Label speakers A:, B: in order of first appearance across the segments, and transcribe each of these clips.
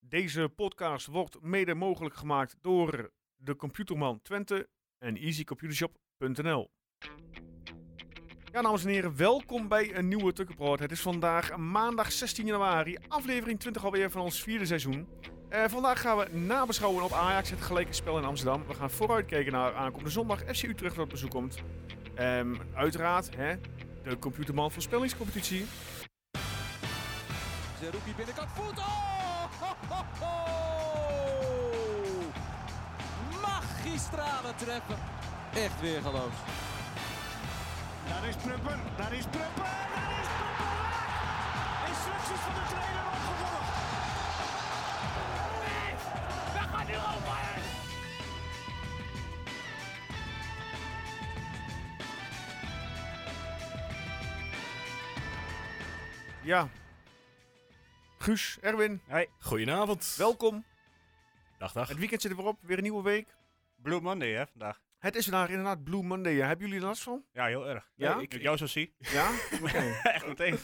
A: Deze podcast wordt mede mogelijk gemaakt door de Computerman Twente en easycomputershop.nl. Ja, dames en heren, welkom bij een nieuwe Tukkenproot. Het is vandaag maandag 16 januari, aflevering 20 alweer van ons vierde seizoen. Eh, vandaag gaan we nabeschouwen op Ajax, het gelijke spel in Amsterdam. We gaan vooruitkijken naar aankomende zondag FC Utrecht dat op bezoek komt. Ehm, uiteraard, hè, de Computerman voorspellingscompetitie.
B: Zerouki binnenkant voet. Oh! Ho, ho, ho! Magistrale treppen. Echt weer geloof.
C: Daar is Prupper, daar is Prupper, daar is Prupper! Instructies van de trainer opgevolgd.
A: Ja. Guus, Erwin,
D: Goedenavond.
A: welkom.
D: Dag, dag.
A: Het weekend zit er weer op, weer een nieuwe week.
C: Blue Monday, hè, vandaag.
A: Het is vandaag inderdaad Blue Monday. hè. Hebben jullie er last van?
C: Ja, heel erg.
A: Ja?
C: Nee, ik, ik jou zo zie.
A: Ja? Oké.
C: Echt meteen.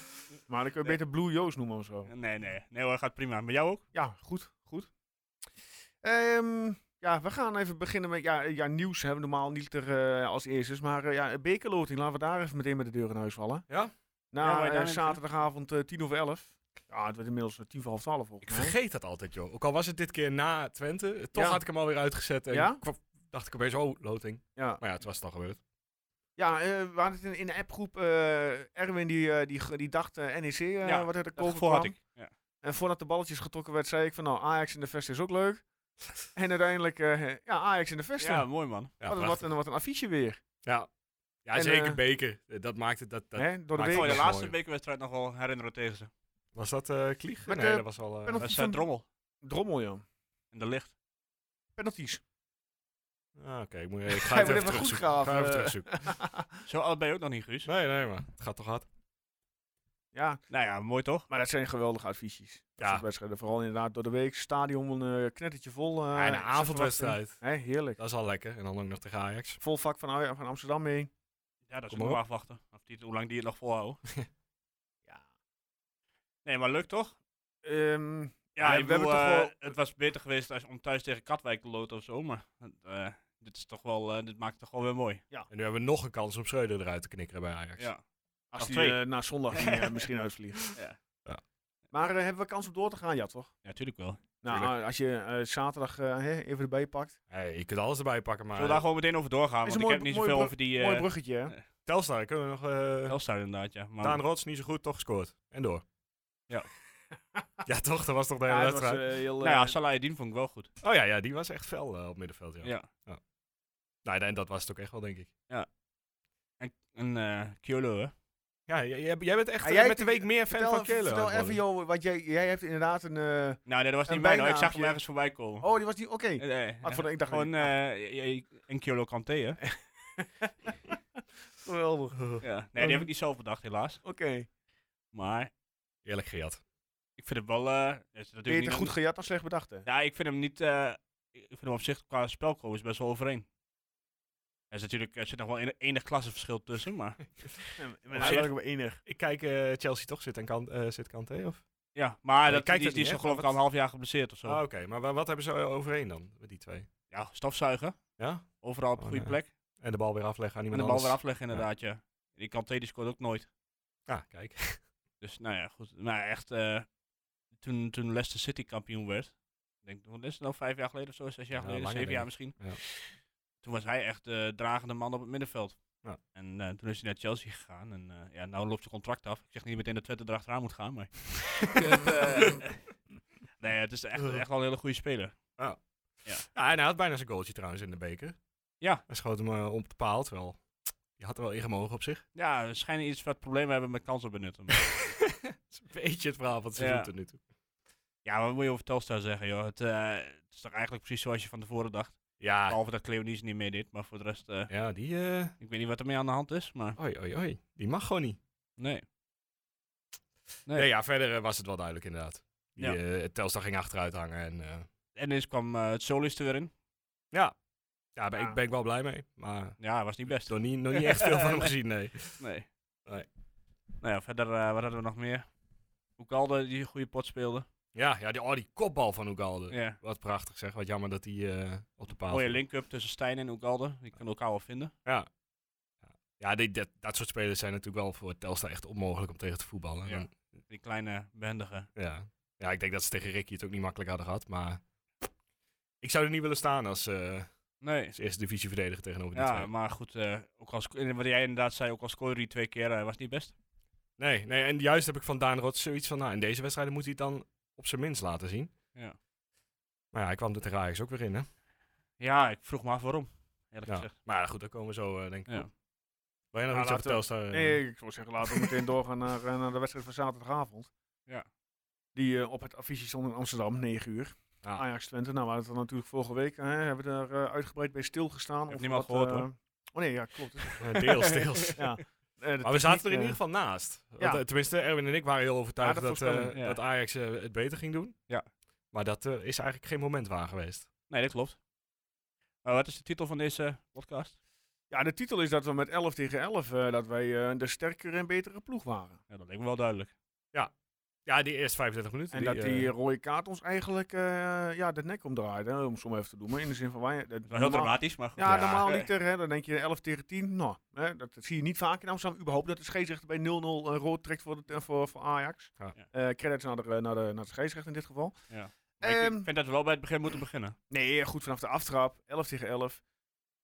A: Maar dan kun je beter Blue Joost noemen of zo.
C: Nee, nee. Nee hoor, gaat prima. Met jou ook?
A: Ja, goed, goed. Ehm, ja, we gaan even beginnen met ja, ja, nieuws. Hebben we normaal niet er eh, als eerste. Maar eh, ja, bekerloting, laten we daar even meteen met de deur in huis vallen.
D: Ja?
A: Na
C: Ja, waar je
A: eh,
C: daar in-
A: zaterdagavond eh, tien over elf. Ja, het werd inmiddels eh, tien voor half twaalf.
D: Ik
A: volgens mij.
D: vergeet dat altijd, joh. Ook al was het dit keer na Twente, toch
A: Ja.
D: had ik hem alweer uitgezet. En
A: Ja?
D: kwam- dacht ik opeens, oh, loting.
A: Ja.
D: Maar ja, het was dan gebeurd.
A: Ja, eh, we hadden het in, in de appgroep. eh, Erwin die, eh, die, die dacht eh, NEC eh,
C: Ja,
A: wat er de
C: Dat
A: koop
C: gevoel had ik. Ja.
A: En voordat de balletjes getrokken werd, zei ik van nou, Ajax in de vest is ook leuk. en uiteindelijk, eh, ja, Ajax in de vesten.
C: ja, mooi man.
D: Ja,
A: wat, een- wat,
D: prachtig.
A: een, wat een affiche weer.
D: Oh, ja. ja
A: En,
D: zeker
A: eh,
D: beker. Eh, Dat maakte dat. dat
A: hè, door de
D: maakt
C: Ik
A: week.
D: dat
C: vond je
D: is
C: de laatste
D: mooi.
C: bekerwedstrijd nog wel herinneren tegen ze.
D: Was dat eh Klieg?
A: Met,
D: nee,
A: eh,
D: dat was al. eh,
A: penalty.
C: Dat is eh,
A: van-
C: Drommel.
A: Drommel, joh.
C: In de licht.
A: Penalties.
D: ah, Oké, ik, moet- ik ga
A: Hij
D: het
A: moet
D: even
A: even goed
D: terugzoeken. Ik
A: graven,
D: ga even
A: eh.
D: terugzoeken.
C: Zo oud ben je ook nog niet, Guus.
D: Nee, nee, maar het gaat toch hard.
A: ja,
C: Nou ja, mooi toch?
A: maar dat zijn geweldige adviesjes. Dat
D: Ja.
A: soort wedstrijden. Vooral inderdaad door de week. Stadion een knettertje vol. eh,
D: Ja, en
A: zit
D: een
A: te wachten.
D: avondwedstrijd.
A: Hè, heerlijk.
D: Dat is al lekker. En dan ook nog tegen Ajax.
A: Vol vak van, Aj- van Amsterdam mee.
C: Ja, dat is
D: Kom
C: nog
D: maar
C: afwachten. Of die, hoe lang die het nog volhouden.
A: Ja.
C: Nee, maar lukt toch?
A: Ehm,
C: Ja,
A: Ja,
C: ik
A: we hebben
C: bedoel,
A: toch
C: eh,
A: wel-
C: het was beter geweest als, om thuis tegen Katwijk te loten of zo, maar eh, dit, is toch wel, eh, dit maakt het toch wel weer mooi.
D: En nu hebben we nog een kans om Schreuder eruit te knikkeren bij Ajax.
C: Ja.
A: als
C: Als
A: die
C: twee.
A: eh, na zondag die, eh, misschien uitvliegt.
C: Ja.
D: Ja.
A: Maar eh, hebben we kans om door te gaan? Ja, toch?
C: Ja, tuurlijk wel.
A: Nou,
D: Tuurlijk.
A: eh, als je eh, zaterdag eh, hè, even erbij pakt.
D: Hey, je kunt alles erbij pakken, maar.
C: Zullen we daar gewoon meteen over doorgaan?
A: Is
C: Want
A: een
C: ik
A: mooi-
C: heb niet
A: mooi
C: zoveel
A: brug-
C: over die
A: Mooi
C: eh
A: bruggetje, hè?
D: Telstar, kunnen we nog. eh,
C: Telstar inderdaad, ja. Maar,
D: Daan Rots niet zo goed, toch gescoord. En door.
C: Ja.
D: ja, toch? Dat was toch de hele
A: Ja, het was,
D: wedstrijd?
A: eh, heel,
C: nou ja,
A: eh,
C: Salah Eddin vond ik wel goed.
D: Oh ja, ja, die was echt fel eh, op middenveld. Ja.
C: Ja.
D: Nou, en dat was het ook echt wel, denk ik.
C: En, en eh Kyolo, hè?
D: Ja, j- jij, jij bent echt
A: Ja,
D: eh,
A: jij-
D: met de week meer fan
A: vertel,
D: van Kelen.
A: vertel even, joh, want jij, jij hebt inderdaad een... eh,
C: Nou, nee, dat was
A: Een
C: niet mijn hoor. Ik zag
A: bijnaampje.
C: hem ergens voorbij komen.
A: Oh, die was niet... Oké.
C: Eh, nee,
A: Ah,
C: eh,
A: voor de- ik dacht...
C: Gewoon eh, je- je- een Kyolo Kanté, hè?
A: Geweldig.
C: ja. Nee, die heb ik niet zelf bedacht, helaas.
A: Oké.
C: Maar
D: Eerlijk gejat.
C: ik vind het wel... eh, het is natuurlijk
A: Beter
C: niet-
A: goed gejat dan slecht bedacht, hè?
C: Ja, ik vind hem niet. eh, ik vind hem op zich qua spelkoos best wel overeen. Er, is natuurlijk, er zit nog wel enig, enig klassenverschil tussen, maar.
A: Maar
D: hij
A: dat
D: was
A: ook wel enig.
D: Ik kijk eh, Chelsea toch zit, en kan, eh, zit Kante, of?
C: Ja, maar
D: je
C: dat,
D: kijkt
C: die,
D: het
C: die
D: niet,
C: is toch
D: hè,
C: geloof ik
D: maar
C: al een half jaar geblesseerd of zo.
D: Ah, Oké, maar wa- wat hebben ze overeen dan, met die twee?
C: Ja, stofzuigen.
D: Ja?
C: Overal op de
D: Oh,
C: goede
D: nee.
C: plek.
D: En de bal weer afleggen aan
C: En
D: iemand
C: de bal weer
D: anders.
C: afleggen, inderdaad. Ja. Die Kanté die scoort ook nooit.
D: Ja, Ah, kijk.
C: Dus nou ja, goed. Nou, echt. eh, toen, toen Leicester City kampioen werd. Ik denk, wat is het nou? Vijf jaar geleden of zo? Zes jaar
D: Ja,
C: geleden?
D: langer,
C: zeven jaar
D: denk
C: misschien.
D: Ja.
C: Toen was hij echt de dragende man op het middenveld.
D: Ja.
C: En eh, toen is hij naar Chelsea gegaan. En eh, ja, nou loopt zijn contract af. Ik zeg niet meteen dat Twente erachteraan moet gaan, maar... nee, het is echt, echt wel een hele goede speler.
D: ja, Ah, en hij had bijna zijn goaltje trouwens in de beker.
C: Ja.
D: Hij schoot hem eh, op de paal, terwijl... Je had er wel in gemogen op zich.
C: Ja, we schijnen iets wat problemen hebben met kansen benutten. maar-
D: Dat is een beetje het verhaal van het
C: Ja.
D: seizoen tot nu toe.
C: ja, wat moet je over Telstar zeggen, joh? Het, eh, het is toch eigenlijk precies zoals je van tevoren dacht.
D: Ja,
C: Behalve dat Cleonice niet meedeed, maar voor de rest... eh,
D: Ja, die. eh
C: ik weet niet wat ermee aan de hand is, maar
D: Oi, oi, oi. Die mag gewoon niet.
C: nee.
D: Nee,
C: Nee.
D: ja, verder eh, was het wel duidelijk inderdaad. Die,
C: Ja.
D: eh, Telstar ging achteruit hangen. En, eh,
C: En eens kwam eh, het solist er weer in.
D: ja, ja, ben,
A: Ja.
D: Ik, ben ik wel blij mee. Maar
C: Ja, hij was niet best.
D: nog niet, nog niet echt veel van hem
C: Nee.
D: gezien, nee.
C: Nee.
D: Nee.
C: Nou ja, verder, eh, wat hadden we nog meer? Hoekalde die een goede pot speelde.
D: Ja, ja die, oh, die kopbal van Ugalde.
C: Ja.
D: Wat prachtig zeg. Wat jammer dat die eh, op de paal
C: Mooie
D: viel.
C: link-up tussen Stijn en Ugalde. Die kunnen elkaar wel vinden.
D: Ja, die, dat, dat soort spelers zijn natuurlijk wel voor Telstar echt onmogelijk om tegen te voetballen.
C: Ja.
D: Dan-
C: Die kleine behendige.
D: Ja. ja, ik denk dat ze tegen Ricky het ook niet makkelijk hadden gehad. Maar ik zou er niet willen staan als, eh,
C: Nee.
D: als eerste divisieverdediger tegenover die
C: Ja,
D: twee.
C: maar goed. eh, ook als, en wat jij inderdaad zei, ook al scoorde hij twee keer, eh, was niet best.
D: Nee, nee, en juist heb ik van Daan Rots zoiets van, nou, in deze wedstrijd moet hij het dan op zijn minst laten zien.
C: Ja.
D: Maar ja, hij kwam er tegen Ajax ook weer in, hè?
C: Ja, ik vroeg me af waarom. Eerlijk
D: Ja.
C: gezegd.
D: Maar goed, daar komen we zo, eh, denk ik.
C: Ja. Nou,
D: op. Wil je nog
A: Ja,
D: iets over
A: laten we-
D: Telstar? eh?
A: Nee, ik zou zeggen, laten we meteen doorgaan naar, eh, naar de wedstrijd van zaterdagavond.
C: Ja.
A: Die eh, op het affiche stond in Amsterdam, 9 uur.
D: Ja.
A: Ajax Twente, nou we hadden het er natuurlijk vorige week, hè, hebben we daar eh, uitgebreid bij stilgestaan.
C: Heeft
A: of
C: niemand
A: wat,
C: gehoord,
A: eh,
C: hoor.
A: Oh nee, ja, klopt. Dus,
D: Eh, Deels, deels.
A: ja. Eh, de
D: Maar we zaten er in
A: techniek,
D: ieder geval naast. Want,
A: ja.
D: eh, tenminste, Erwin en ik waren heel overtuigd
A: Ja, dat
D: dat, eh,
A: voorspelling,
C: ja.
D: dat Ajax eh, het beter ging doen.
C: Ja.
D: Maar dat eh, is eigenlijk geen moment waar geweest.
C: Nee, dat klopt. Eh, wat is de titel van deze podcast?
A: eh, ja, de titel is dat we met 11 tegen 11, eh, dat wij eh, de sterkere en betere ploeg waren.
C: Ja, dat leek me wel duidelijk.
D: Ja, die eerste 35 minuten.
A: En dat
D: eh,
A: die rode kaart ons eigenlijk eh, ja, de nek omdraaide, hè, om het zo maar even te doen. Maar in de zin van, wij, dat
C: Het was heel
A: normaal-
C: dramatisch, maar goed.
A: Ja,
D: Ja.
A: normaal
C: Eh.
A: niet. er, Hè. Dan denk je 11 tegen 10. Nou, hè, dat zie je niet vaak in Amsterdam. Überhaupt dat de scheidsrechter bij 0-0 een rood trekt voor, de, eh, voor, voor Ajax.
D: Ja.
C: Ja.
A: Eh, credits naar de, naar, de, naar de scheidsrechter in dit geval.
C: Maar ik-
A: Ehm.
C: ik vind dat we wel bij het begin moeten beginnen.
A: Nee, goed vanaf de aftrap. 11 tegen 11.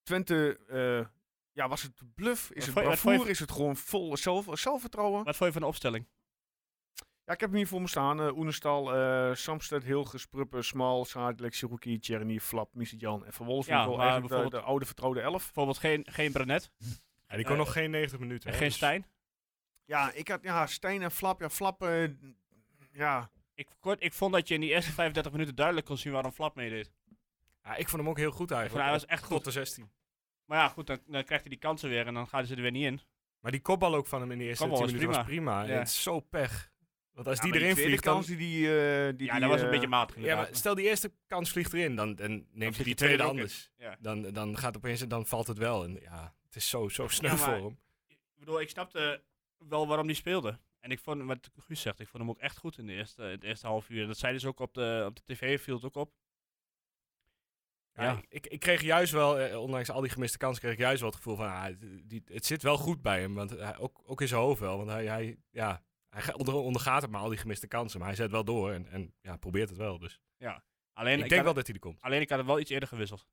A: Twente, eh, ja, was het bluff? Is
C: Wat
A: het
C: vond je- wat vond je
A: bravoer? Is het gewoon vol eh, zelf, zelfvertrouwen?
C: Wat vond je van de opstelling?
A: Ja, ik heb hem hier voor me staan. eh Oenestal, eh Samsted, Hilges, Pruppen, Smal, Saadlek, Siruki, Tjerni, Flap, Missidjan en Van Wolfswinkel.
C: maar
A: eigenlijk de- de,
C: bijvoorbeeld-
A: oude vertrouwde 11.
C: Bijvoorbeeld geen, geen Brenet,
D: ja, die kon
C: eh,
D: nog geen 90 minuten.
C: en
D: hè,
C: geen
D: dus-
C: Stijn.
A: Ja, ik had ja, Stijn en Flap. Ja, Flap, eh, ja,
C: Ik, kort, ik vond dat je in die eerste 35 minuten duidelijk kon zien waarom Flap meedeed.
D: Ja, ik vond hem ook heel goed eigenlijk.
C: Van, hij was echt
D: Tot
C: goed.
D: de 16.
C: Maar ja, goed, dan, dan krijgt hij die kansen weer en dan gaat hij ze er weer niet in.
D: Maar die kopbal ook van hem in de eerste 10
C: Kopbal was
D: minuten was prima.
C: Ja.
D: Het is zo pech. Want als
A: Ja,
D: die
A: maar
D: erin
A: tweede
D: vliegt, dan...
A: kans die, die, eh, die
C: ja,
A: die,
C: dat was een
A: eh,
C: beetje matig
D: Ja,
C: inderdaad.
D: maar stel die eerste kans vliegt erin, dan, dan neemt
C: vliegt
D: hij
C: die
D: die
C: tweede
D: tweede
C: ook in.
D: anders.
C: Ja.
D: Dan, dan gaat opeens en dan valt het wel. En ja, het is zo, zo snel
C: Ja, maar-
D: voor hem.
C: Ik bedoel, ik snapte wel waarom die speelde. En ik vond, wat Guus zegt, ik vond hem ook echt goed in de eerste, in het eerste half uur. Dat zei dus ook op de, op de tv, viel het ook op.
D: Ja,
C: Ja.
D: Ik, ik kreeg juist wel, eh, ondanks al die gemiste kansen, kreeg ik juist wel het gevoel van, ah, het, die, het zit wel goed bij hem. Want hij, ook, ook in zijn hoofd wel. Want hij, hij, ja, hij ga- onder, ondergaat het maar al die gemiste kansen. Maar hij zet wel door en, en ja, probeert het wel. Dus
C: Alleen
D: ik
C: ik,
D: denk wel
C: had,
D: dat hij er komt.
C: alleen ik had het wel iets eerder gewisseld.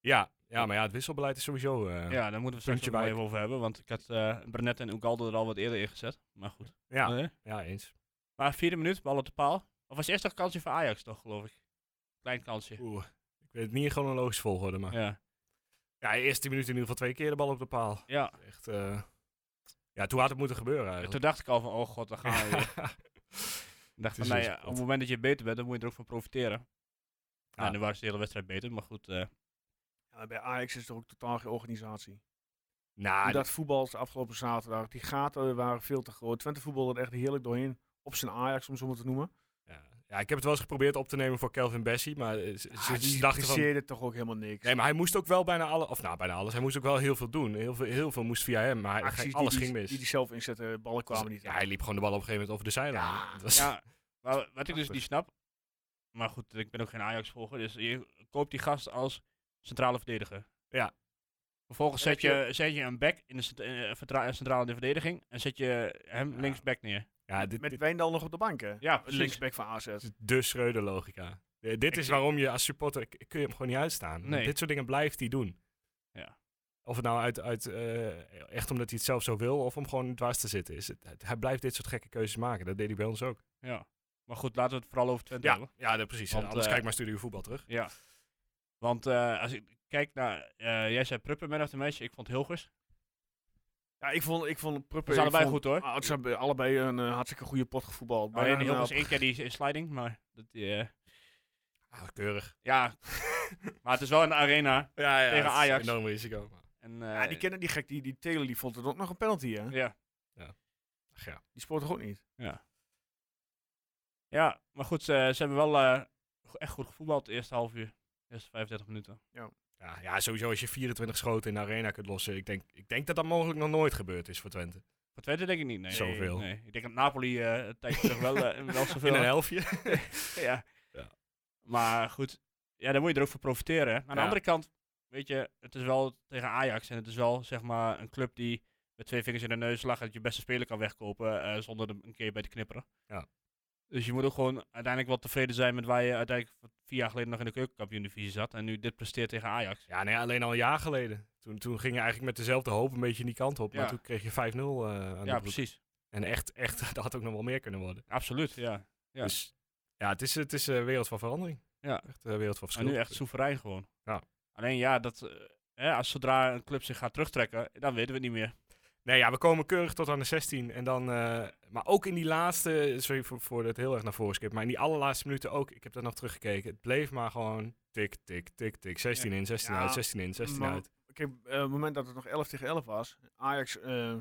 D: Ja, ja, maar ja, het wisselbeleid is sowieso... eh,
C: Ja,
D: ja.
C: daar moeten we het
D: Puntje
C: straks nog
D: bij.
C: even over hebben. Want ik had eh Brenet en Ugalde er al wat eerder in gezet. Maar goed.
D: Ja,
C: Nee.
D: eens.
C: Maar vierde minuut, bal op de paal. Of was eerst nog een kansje voor Ajax toch, geloof ik. Klein kansje.
D: Oeh, ik weet het niet in chronologische volgorde, maar... Ja,
C: Ja.
D: de eerste minuut in ieder geval twee keer de bal op de paal.
C: ja.
D: Echt, eh, ja, toen had het moeten gebeuren
C: En
D: eigenlijk.
C: toen dacht ik al van, oh god, dan gaan we weer. Ik dacht
D: Het
C: van,
D: is
C: nou
D: dus
C: ja, op
D: wat.
C: het moment dat je beter bent, dan moet je er ook van profiteren.
D: Ja.
C: Nou, nu waren ze de hele wedstrijd beter, maar goed. eh,
A: ja, bij Ajax is er ook totaal geen organisatie.
D: Ah, nou,
A: dat voetbal de afgelopen zaterdag, die gaten waren veel te groot. Twente voetbal er echt heerlijk doorheen. Op zijn Ajax, om zo maar te noemen.
D: ja. ja, ik heb het wel eens geprobeerd op te nemen voor Kelvin Bessie, maar eh, ze, ze
A: Ah, die
D: dachten van...
A: interesseerde toch ook helemaal niks.
D: Nee, maar hij moest ook wel bijna alles, of nou bijna alles, hij moest ook wel heel veel doen. Heel veel, heel veel moest via hem, maar hij-
A: Acties die
D: alles
A: die,
D: ging mis.
A: Die die zelf inzetten, ballen kwamen
D: Dus,
A: niet
D: ja,
A: uit.
D: hij liep gewoon de bal op een gegeven moment over de zijlijn.
A: Ja.
D: Het was-
C: ja, maar wat ik dus
D: Prachtig.
C: niet snap. Maar goed, ik ben ook geen Ajax-volger, dus je koopt die gast als centrale verdediger.
D: Ja.
C: Vervolgens
A: En
C: zet
A: heb
C: je, zet je een back in de cent- eh, vertra- centrale in de verdediging en zet je hem
D: Ja.
C: linksback neer.
D: ja, dit,
A: Met
D: dit
A: Wijndal nog op de bank, hè?
C: Ja,
A: Linksback van AZ.
D: is de Schreuder logica. Eh, dit
C: Ik-
D: is waarom je als supporter, k- kun je hem gewoon niet uitstaan. Want
C: Nee.
D: Dit soort dingen blijft hij doen.
C: Ja.
D: Of het nou uit, uit, eh, echt omdat hij het zelf zo wil, of om gewoon dwars te zitten is. Het, het- hij blijft dit soort gekke keuzes maken. Dat deed hij bij ons ook.
C: Ja. Maar goed, laten we het vooral over Twente hebben.
D: Ja, ja dat precies.
C: Want,
D: Anders
C: eh,
D: kijk maar Studio Voetbal terug.
C: Ja. Want eh, als ik kijk naar, eh, jij zei Pruppen man of the match, ik vond Hilgers.
A: Ja, ik vond, ik vond Pruppen...
C: We zijn
A: ik
C: allebei
A: vond-
C: goed hoor.
A: Ah, het zijn bij allebei een eh, hartstikke goede pot gevoetbald. Bijna
C: Alleen
A: een,
C: Hilgers
A: eh,
C: één keer die sliding, maar dat, eh,
D: Ah, keurig.
C: ja. maar het is wel een arena.
D: Ja, ja,
C: Tegen
D: het is
C: Ajax.
D: Een enorm risico. maar-
C: En,
A: ja,
C: eh,
A: die kennen die gek, die, die Taylor, die vond het ook nog een penalty, hè?
C: ja.
D: Ach ja.
A: Die spoort toch ook niet?
C: Ja, maar goed, ze, ze hebben wel eh, go- echt goed gevoetbald het eerste half uur. De eerste 35 minuten.
D: Ja, ja, sowieso als je 24 schoten in de arena kunt lossen. Ik denk, ik denk dat dat mogelijk nog nooit gebeurd is voor Twente.
C: Voor Twente denk ik niet, nee.
D: Zoveel.
C: Nee. Ik denk dat Napoli eh een tijdje terug wel, eh, wel zoveel
D: In een
C: had.
D: helftje.
C: ja.
D: Ja.
C: Maar goed, ja, daar moet je er ook voor profiteren. Aan de
D: Ja.
C: andere kant, weet je, het is wel tegen Ajax en het is wel zeg maar een club die met twee vingers in de neus lag dat je beste speler kan wegkopen eh, zonder hem een keer bij te knipperen.
D: Ja.
C: Dus je moet ook gewoon uiteindelijk wel tevreden zijn met waar je uiteindelijk vier jaar geleden nog in de keukenkampioen-divisie zat en nu dit presteert tegen Ajax.
D: Ja, nee, alleen al een jaar geleden. Toen, toen ging je eigenlijk met dezelfde hoop een beetje in die kant op.
C: Ja.
D: Maar toen kreeg je 5-0 eh, aan de
C: ja,
D: broek.
C: precies.
D: En echt, echt, dat had ook nog wel meer kunnen worden.
C: Absoluut, ja. Ja.
D: Dus ja, het is, het is een wereld van verandering.
C: Ja.
D: Echt een wereld van
C: En
D: verschil.
C: nu echt soeverein gewoon.
D: Ja.
C: Alleen ja, dat, eh, hè, als zodra een club zich gaat terugtrekken, dan weten we het niet meer.
D: Nee, ja, we komen keurig tot aan de 16. En dan, eh, maar ook in die laatste, sorry voor, voor dat heel erg naar voren skip, maar in die allerlaatste minuten ook, ik heb dat nog teruggekeken, het bleef maar gewoon tik, tik, tik, tik. 16 in, 16
A: Ja,
D: uit, 16 in, 16
A: maar-
D: uit.
A: Kijk, eh, op het moment dat het nog 11 tegen 11 was, Ajax eh,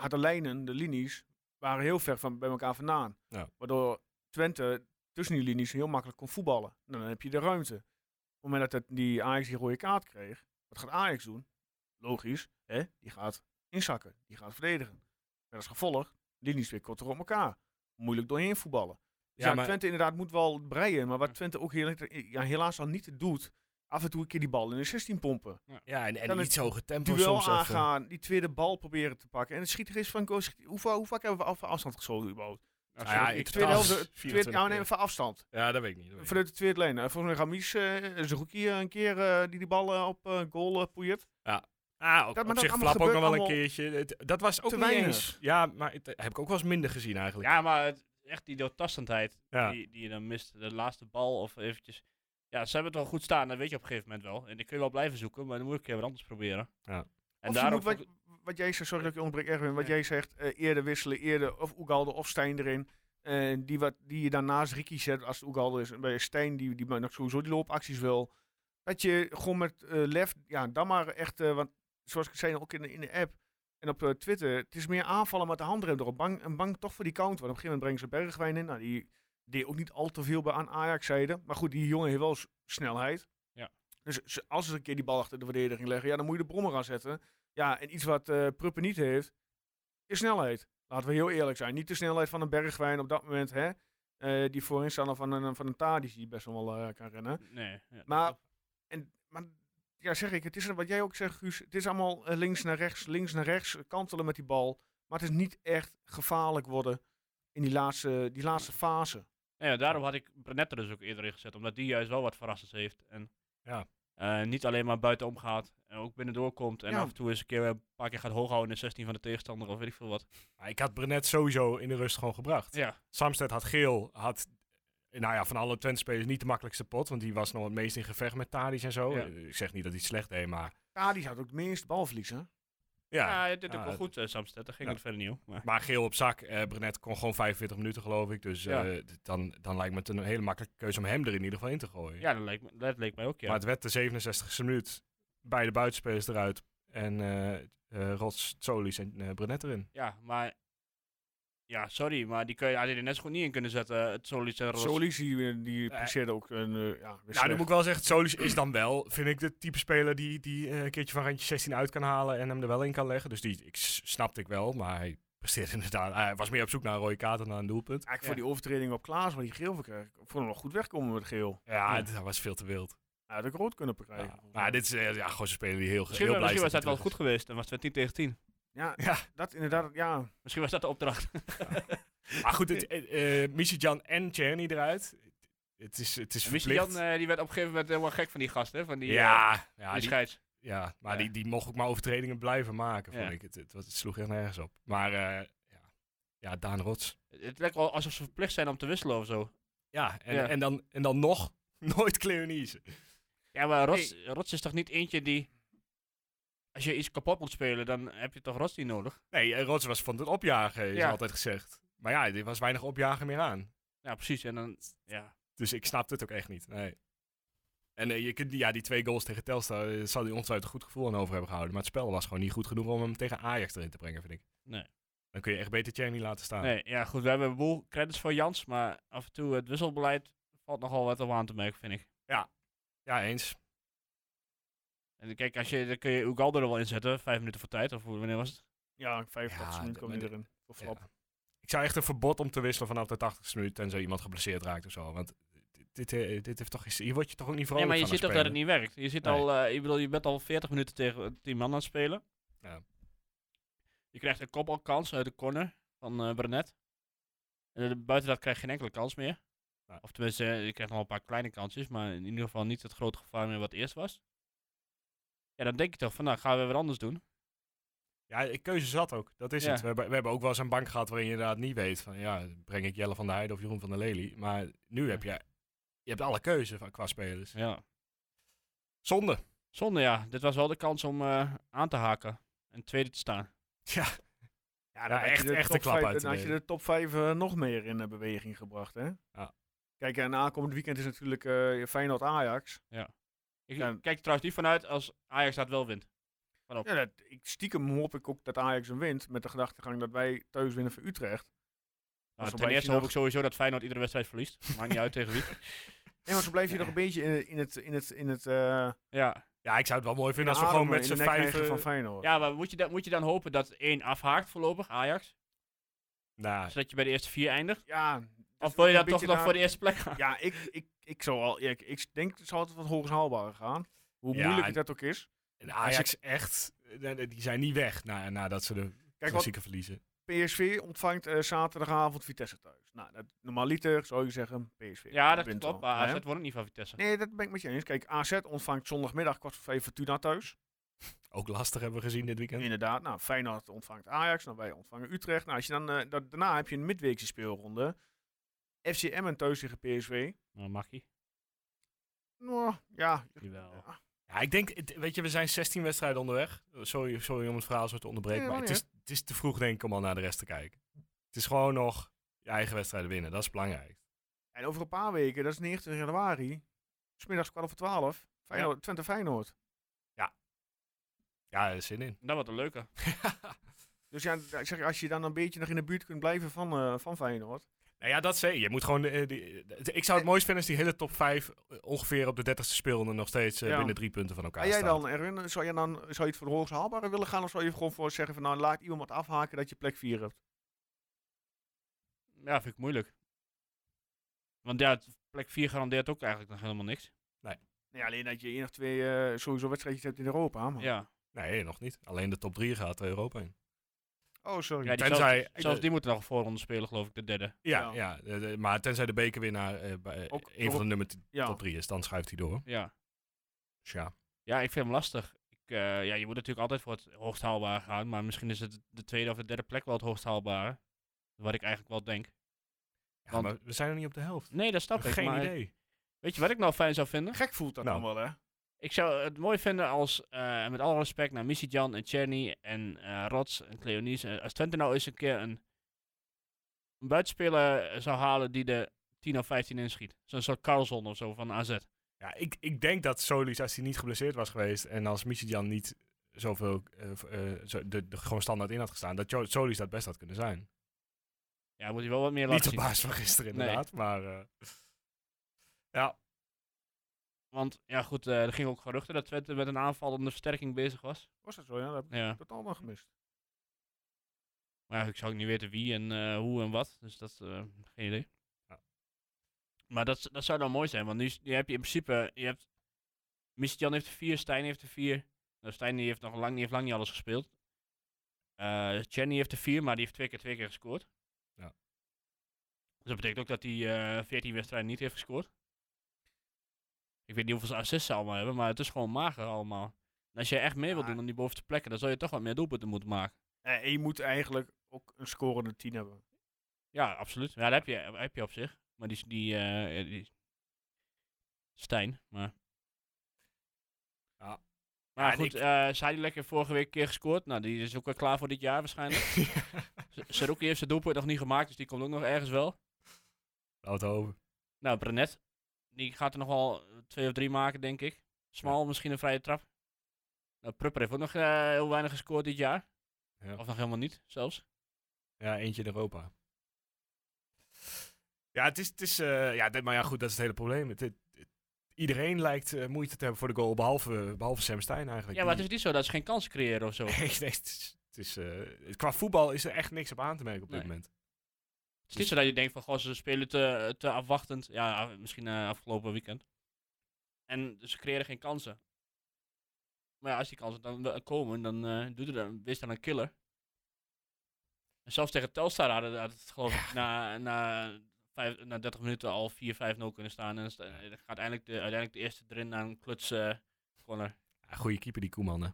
A: had de lijnen, de linies, waren heel ver van, bij elkaar vandaan.
D: Ja.
A: Waardoor Twente tussen die linies heel makkelijk kon voetballen. Nou, dan heb je de ruimte. Op het moment dat het- die Ajax die rode kaart kreeg, wat gaat Ajax doen? Logisch, hè? die gaat inzakken, die gaat verdedigen. Met als gevolg, linies weer korter op elkaar. Moeilijk doorheen voetballen. Dus
D: Ja,
A: ja,
D: maar-
A: Twente inderdaad moet wel breien, maar
C: Ja.
A: wat Twente ook heel, ja, helaas al niet doet, af en toe een keer die bal in de 16 pompen
D: Ja, en,
A: Dan
D: en
A: het
D: iets hoger tempo
A: duel
D: soms. even.
A: aangaan, die tweede bal proberen te pakken. En het schiet er eens van, goal, schiet- hoe, va- hoe vaak hebben we af- van afstand geschoten überhaupt?
D: Nou ja,
C: Absoluut.
D: in
A: De tweede
D: totaal
A: helft, de- tweede,
D: 24
A: nou
D: keer.
A: nee, van afstand.
D: Ja, dat weet ik niet. dat weet ik niet.
A: Vanuit de tweede lijn. Eh, volgens mij Ramis, uh, een keer eh, die die bal eh, op eh, goal eh poeiert.
D: Ah,
A: Dat- maar
D: op, op
A: dat
D: zich
A: allemaal
D: flap ook nog wel
A: gebeurt
D: een keertje. Het- dat was ook
A: te
D: niet
A: weinig.
D: eens. Ja, maar het, heb ik ook wel eens minder gezien eigenlijk.
C: Ja, maar het- echt die doortastendheid
D: Ja.
C: die, die je dan mist. De laatste bal of eventjes... Ja, ze hebben het wel goed staan, dat weet je op een gegeven moment wel. En die kun je wel blijven zoeken, maar dan moet ik een keer wat anders proberen.
D: Ja.
C: En
A: of je
C: daarom...
A: moet wat,
C: vond
A: wat jij zegt, sorry dat ik je onderbreek Erwin, wat
C: Ja.
A: jij zegt, eh, eerder wisselen, eerder of Oegalde of Stijn erin. Eh, die, wat, die je daarnaast Ricky zet als het Oegalde is. En Bij Stijn, die, die maakt nog sowieso die loopacties wel. Dat je gewoon met eh, lef, ja, dan maar echt, eh, want zoals ik zei ook in de, in de app en op eh, Twitter, het is meer aanvallen met de handrem erop. Bang, en bang toch voor die counter. Want op een gegeven moment brengen ze Bergwijn in. Nou, die deed ook niet al te veel bij aan Ajax-zijde. Maar goed, die jongen heeft wel s- snelheid.
C: Ja.
A: Dus ze- als ze een keer die bal achter de verdediging leggen, ja, dan moet je de brommer aan zetten. Ja, en iets wat eh Pruppen niet heeft, is snelheid. Laten we heel eerlijk zijn. Niet de snelheid van een Bergwijn op dat moment, hè. eh, die voorin staan of van een, van een Tadic die best wel eh, kan rennen.
C: ik- Nee. ja.
A: Maar, en, maar ja, zeg ik, het is wat jij ook zegt, Guus. Het is allemaal eh, links naar rechts, links naar rechts, eh, kantelen met die bal. Maar het is niet echt gevaarlijk worden in die laatste, die laatste fase.
C: Nee, ja, daarom had ik Brenet er dus ook eerder in gezet, omdat die juist wel wat verrassends heeft. En
D: Ja.
C: eh, niet alleen maar buitenom gaat, en ook binnendoor komt. En
A: Ja.
C: af en toe eens een keer eh, een paar keer gaat hoog houden in de 16 van de tegenstander of weet ik veel wat.
D: Maar Ik had Brenet sowieso in de rust gewoon gebracht.
C: Ja,
D: Samsted had geel, had eh, nou ja, van alle Twente-spelers niet de makkelijkste pot. Want die was nog het meest in gevecht met Tadic en zo.
C: Ja.
D: Eh, Ik zeg niet dat hij het slecht deed, maar
A: Ja, die had ook het meest balverlies, hè?
D: ja.
C: ja, dit ook
D: Ah,
C: wel goed, eh Samsted. Daar ging
D: ja.
C: het verder niet om. Maar
D: Maar geel op zak, eh Brenet kon gewoon 45 minuten geloof ik. Dus
C: Ja.
D: eh, d- dan, dan lijkt me het een hele makkelijke keuze om hem er in ieder geval in te gooien.
C: ja, dat leek, me- dat leek mij ook, ja.
D: Maar het werd de 67e minuut. Beide buitenspelers eruit. En eh eh Rots, Solis en eh Brenet erin.
C: Ja, maar. Ja, sorry, maar die kun je had je er net zo goed niet in kunnen zetten. eh, Het Solis en Ros.
A: Solis, die, eh, die
D: Eh,
A: presteerde ook een... eh, ja, weer
D: Nou,
A: slecht.
D: nu moet ik wel zeggen, Solis is dan wel, vind ik, de type speler die, die eh, een keertje van randje 16 uit kan halen en hem er wel in kan leggen. Dus die ik, s- snapte ik wel, maar hij presteerde inderdaad. Hij was meer op zoek naar een rode kaart dan naar een doelpunt.
A: Eigenlijk voor
C: Ja.
A: die overtreding op Klaas, waar die geel voor kreeg. Ik vond hem nog goed wegkomen met geel.
D: Ja,
C: Ja.
D: dat was veel te wild.
A: Hij had ook rood kunnen
D: Ja.
A: krijgen.
D: Maar dit is eh, ja, gewoon een speler die heel, heel
C: Misschien,
D: blij
C: misschien was
D: is
C: dat wel
D: hij
C: goed
D: terug
C: geweest. Dan was het 10 tegen 10.
A: Ja,
D: Ja.
A: dat inderdaad, ja.
C: Misschien was dat de opdracht.
D: is. Maar goed, het, eh, eh, Michijan en Czerny eruit. Het is, het is
C: Misschien Jan,
D: verplicht.
C: eh, die werd op een gegeven moment helemaal gek van die gast, hè? Van die, eh,
D: ja, ja,
C: die
D: die-
C: scheids.
D: Ja, maar
C: Ja.
D: Die, die mocht ook maar overtredingen blijven maken, vond
C: Ja.
D: ik. Het, het, was- het sloeg echt nergens op. Maar eh, ja. ja, Daan Rots.
C: Het lijkt wel alsof ze verplicht zijn om te wisselen of zo.
D: Ja, en,
C: Ja.
D: En, dan, en dan nog nooit Cleonise.
C: Ja, maar Rots, Rots is toch niet eentje die. Als je iets kapot moet spelen, dan heb je toch Rots niet nodig?
D: Nee, eh, Rots was van het opjagen, is
C: Ja.
D: altijd gezegd. Maar ja, er was weinig opjagen meer aan.
C: Ja, precies. En dan. Ja.
D: Dus ik snapte het ook echt niet. Nee. En eh, je kunt, die- ja, die twee goals tegen Telstar, eh, zal hij ongetwijfeld een goed gevoel aan over hebben gehouden. Maar het spel was gewoon niet goed genoeg om hem tegen Ajax erin te brengen, vind ik.
C: Nee.
D: Dan kun je echt beter Tjerni laten staan.
C: Nee, ja, goed. We hebben een boel credits voor Jans. Maar af en toe, het wisselbeleid valt nogal wat op aan te merken, vind ik.
D: Ja, eens.
C: En kijk, als je, dan kun je Ugalde er wel inzetten, vijf minuten voor tijd, of hoe- wanneer was het?
A: Ja, 85
D: Ja,
A: minuten
D: d-
A: kwam hij
D: maar
A: erin. Voor flap.
D: Ja. Ik zou echt een verbod om te wisselen vanaf de 80ste minuut tenzij iemand geblesseerd raakt of zo. Want dit- dit, eh, dit heeft toch, eens- hier word je toch ook niet
C: Nee,
D: vrolijk
C: maar je
D: van
C: ziet toch
D: als
C: dat het
D: speler?
C: niet werkt. Je, zit
D: Nee.
C: al, eh, ik bedoel, je bent al 40 minuten tegen eh, 10 man aan het spelen.
D: Ja.
C: Je krijgt een kopbalkans uit de corner van eh Brenet. En eh, buiten dat krijg je geen enkele kans meer.
D: Nee.
C: Of tenminste, eh, je krijgt nog een paar kleine kansjes, maar in ieder geval niet het grote gevaar meer wat eerst was. Ja, dan denk je toch van, nou gaan we weer wat anders doen.
D: Ja, de keuze zat ook. Dat is
C: Ja.
D: het. We hebben, we hebben ook wel eens een bank gehad waarin je inderdaad niet weet van ja, breng ik Jelle van der Heijden of Jeroen van der Lely. Maar nu heb je, je hebt alle keuze van, qua spelers.
C: Ja.
D: Zonde.
C: Zonde ja, dit was wel de kans om eh, aan te haken en tweede te staan.
D: Ja,
A: Dan
D: daar
A: had je
D: echt,
A: de
D: echt
A: top
D: een klap
A: vijf-
D: uit. te
A: Dan had je
D: delen.
A: de top 5 nog meer in eh, beweging gebracht, hè?
D: Ja.
A: Kijk, en aankomend weekend is natuurlijk eh, Feyenoord-Ajax.
C: Ik
A: Ja.
C: kijk er trouwens niet vanuit als Ajax dat wel wint.
A: Ja, dat, ik, stiekem hoop ik ook dat Ajax hem wint. Met de gedachtegang dat wij thuis winnen voor Utrecht.
C: Nou,
A: zo
C: ten
A: blijf
C: eerste
A: je
C: hoop
A: nog-
C: ik sowieso dat Feyenoord iedere wedstrijd verliest. Maakt niet uit tegen wie.
A: Nee, maar zo blijf je
C: Ja.
A: nog een beetje in, in het, in het, in het eh
C: Ja,
D: Ja, ik zou het wel mooi vinden als we
A: ademen,
D: gewoon met
A: in
D: z'n
A: de nek
D: vijf...
A: negen
D: eh,
A: van Feyenoord.
C: ja maar moet je, dan, moet je dan hopen dat één afhaakt voorlopig, Ajax?
D: nou,
C: Zodat je bij de eerste vier eindigt?
A: Ja, dat
C: Of wil je
A: is een
C: dan toch
A: beetje
C: nog
A: naar-
C: voor de eerste plek gaan?
A: Ja, ik, ik, ik, zou al, ja, ik, ik denk het zal altijd wat hoger haalbaar gaan. Hoe
D: Ja,
A: moeilijk
D: en-
A: dat ook is.
D: en Ajax echt, eh, die zijn niet weg na, nadat ze de
A: Kijk, wat
D: klassieke verliezen.
A: PSV ontvangt eh, zaterdagavond Vitesse thuis. Nou, dat, normaliter zou je zeggen PSV.
C: Ja, dat
A: wint
C: klopt.
A: wel,
C: Maar AZ
A: hè?
C: wordt ook niet van Vitesse.
A: Nee, dat ben ik met je eens. Kijk, AZ ontvangt zondagmiddag kwart voor vijf Fortuna thuis.
D: Ook lastig hebben we gezien dit weekend.
A: Inderdaad. Nou, Feyenoord ontvangt Ajax. Nou, wij ontvangen Utrecht. Nou, als je dan, eh, dat, daarna heb je een midweekse speelronde. FC Emmen thuis tegen PSV.
C: Nou, mag hij.
A: Nou, ja.
C: Jawel.
D: Ja, ik denk, het- weet je, we zijn 16 wedstrijden onderweg. Sorry, sorry om het verhaal zo te onderbreken,
A: Nee,
D: maar het
A: hoor,
D: is, het is te vroeg denk ik om al naar de rest te kijken. Het is gewoon nog je eigen wedstrijden winnen, dat is belangrijk.
A: En over een paar weken, dat is 29 januari. Smiddags kwart voor twaalf. Feyenoord, Twente Feyenoord.
D: Ja, er is zin in.
C: Dat wordt Nou, een leuke.
A: Dus ja, d- ik zeg, als je dan een beetje nog in de buurt kunt blijven van, eh, van Feyenoord.
D: nou ja, dat zei je. moet gewoon, eh, die- de- ik zou het mooist vinden als die hele top 5 ongeveer op de 30ste speelronde nog steeds eh,
A: Ja.
D: binnen drie punten van elkaar
A: En jij
D: staat.
A: dan, Erwin, zou, jij dan, zou je het voor de hoogste haalbare willen gaan? Of zou je gewoon voor zeggen van nou, laat iemand afhaken dat je plek 4 hebt?
C: Ja, vind ik moeilijk. Want ja, het- plek 4 garandeert ook eigenlijk nog helemaal niks.
A: Nee, alleen dat je één of twee eh, sowieso wedstrijdjes hebt in Europa. Maar...
C: Ja,
D: Nee, nog niet. Alleen de top 3 gaat eh, Europa in.
A: Oh, sorry.
C: ja die
D: Tenzij-
C: zelfs,
D: ik-
C: zelfs die moeten nog een voorronde spelen, geloof ik, de derde.
D: Ja,
A: Ja.
D: ja. de- de- maar tenzij de bekerwinnaar eh bij, eh,
A: Ook
D: een van
A: nog-
D: de nummer t-
A: Ja.
D: top 3 is, dan schuift hij door.
C: Ja.
D: Dus ja.
C: Ja, ik vind hem lastig. Ik, eh, ja, je moet natuurlijk altijd voor het hoogst haalbare gaan. Maar misschien is het de tweede of de derde plek wel het hoogst haalbare. Wat ik eigenlijk wel denk.
D: Ja,
C: Want-
D: maar we zijn nog niet op de helft.
C: Nee, dat snap ik.
D: Geen
C: maar
D: idee.
C: Weet je wat ik nou fijn zou vinden?
A: Gek voelt dat
D: Nou.
A: dan wel, hè?
C: Ik zou het mooi vinden als, eh, en met alle respect naar Missy Jan en Cherny en eh Rots en Cleonice. eh, als Twente nou eens een keer een, een buitenspeler eh, zou halen die de 10 of 15 inschiet. Zo'n soort Carlson of zo van AZ.
D: Ja, ik, ik denk dat Solis, als hij niet geblesseerd was geweest en als Michijan niet zoveel eh, v- eh, zo- de, de, gewoon standaard in had gestaan, dat Jo- Solis dat best had kunnen zijn.
C: Ja, moet hij wel wat meer
D: niet
C: laten
D: de
C: zien.
D: baas van gisteren
C: Nee.
D: inderdaad, maar eh, ja,
C: Want ja, goed, eh, er gingen ook geruchten dat Twente met een aanvallende versterking bezig was.
A: Was dat zo? Ja, dat heb ik
C: Ja.
A: totaal wel gemist.
C: Maar ja, ik zou ook niet weten wie en eh, hoe en wat. Dus dat, eh, geen idee.
D: Ja.
C: Maar dat, z- dat zou dan mooi zijn. Want nu, is- nu heb je in principe, je hebt... Jan heeft er vier, Stijn heeft er vier. Nou, Stijn die heeft nog lang, die heeft lang niet alles gespeeld. Eh Jenny heeft er vier, maar die heeft twee keer twee keer gescoord.
D: Ja.
C: Dus dat betekent ook dat hij eh 14 wedstrijden niet heeft gescoord. Ik weet niet hoeveel ze assists ze allemaal hebben, maar het is gewoon mager allemaal. En als je echt mee wilt
A: Ja.
C: doen aan die bovenste plekken, dan zou je toch wat meer doelpunten moeten maken.
A: Eh, en je moet eigenlijk ook een scorende 10 hebben. Nou
C: Ja, absoluut. Ja, dat heb je, eh, heb je op zich. Maar die, die, eh, ja, die Stijn, maar...
D: Ja.
C: Maar
D: Ja, en
C: goed,
D: ik-
C: eh Sadilek heeft vorige week een keer gescoord. Nou, die is ook weer klaar voor dit jaar waarschijnlijk. S- Saruki heeft zijn doelpunt nog niet gemaakt, dus die komt ook nog ergens wel.
D: laat het hopen.
C: Nou, Brenet, die gaat er nog wel twee of drie maken, denk ik. Smal, misschien een vrije trap. Nou, Prupper heeft ook nog eh, heel weinig gescoord dit jaar.
D: Ja.
C: Of nog helemaal niet, zelfs.
D: Ja, eentje in Europa. Ja, het is, het is eh, ja, dit, maar ja, goed, dat is het hele probleem. Het, het- het- iedereen lijkt eh, moeite te hebben voor de goal, behalve, behalve Sam Stein eigenlijk.
C: Ja, maar het
D: Die-
C: is niet zo dat ze geen kansen creëren of zo.
D: Nee, nee, het is, het het is, eh, qua voetbal is er echt niks op aan te merken op dit
C: Nee.
D: moment.
C: Het is niet zo dat je denkt van, goh, ze spelen te, te afwachtend. Ja, af- misschien eh, afgelopen weekend. En ze creëren geen kansen. Maar ja, als die kansen dan wel komen, dan eh, doet er dan, is dan een killer. En zelfs tegen Telstar hadden had het geloof ik na, na, vijf, na 30 minuten al 4-5-0 kunnen staan. En dan sta- dan gaat uiteindelijk de, uiteindelijk de eerste erin naar een kluts eh, corner.
D: Ja, goeie keeper die Koeman, hè.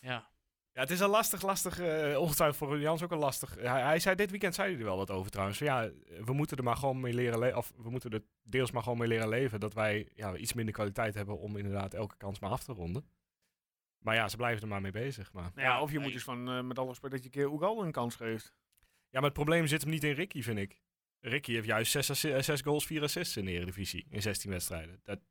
C: Ja.
D: Ja, het is een lastig, lastig, eh ongetwijfeld voor Jans ook een lastig. Hij, hij zei dit weekend, zei hij er wel wat over trouwens. Van Ja, we moeten er maar gewoon mee leren leven, of we moeten er deels maar gewoon mee leren leven. Dat wij ja, iets minder kwaliteit hebben om inderdaad elke kans maar af te ronden. Maar ja, ze blijven er maar mee bezig. Maar.
A: Nou ja,
C: Ja,
A: of je
C: nee.
A: moet dus van, eh, met alle respect, dat je een keer Oegal een kans geeft.
D: Ja, maar het probleem zit hem niet in Ricky, vind ik. Ricky heeft juist zes, assi- eh, zes goals, vier assists in de Eredivisie in 16 wedstrijden. Dat,
C: Dus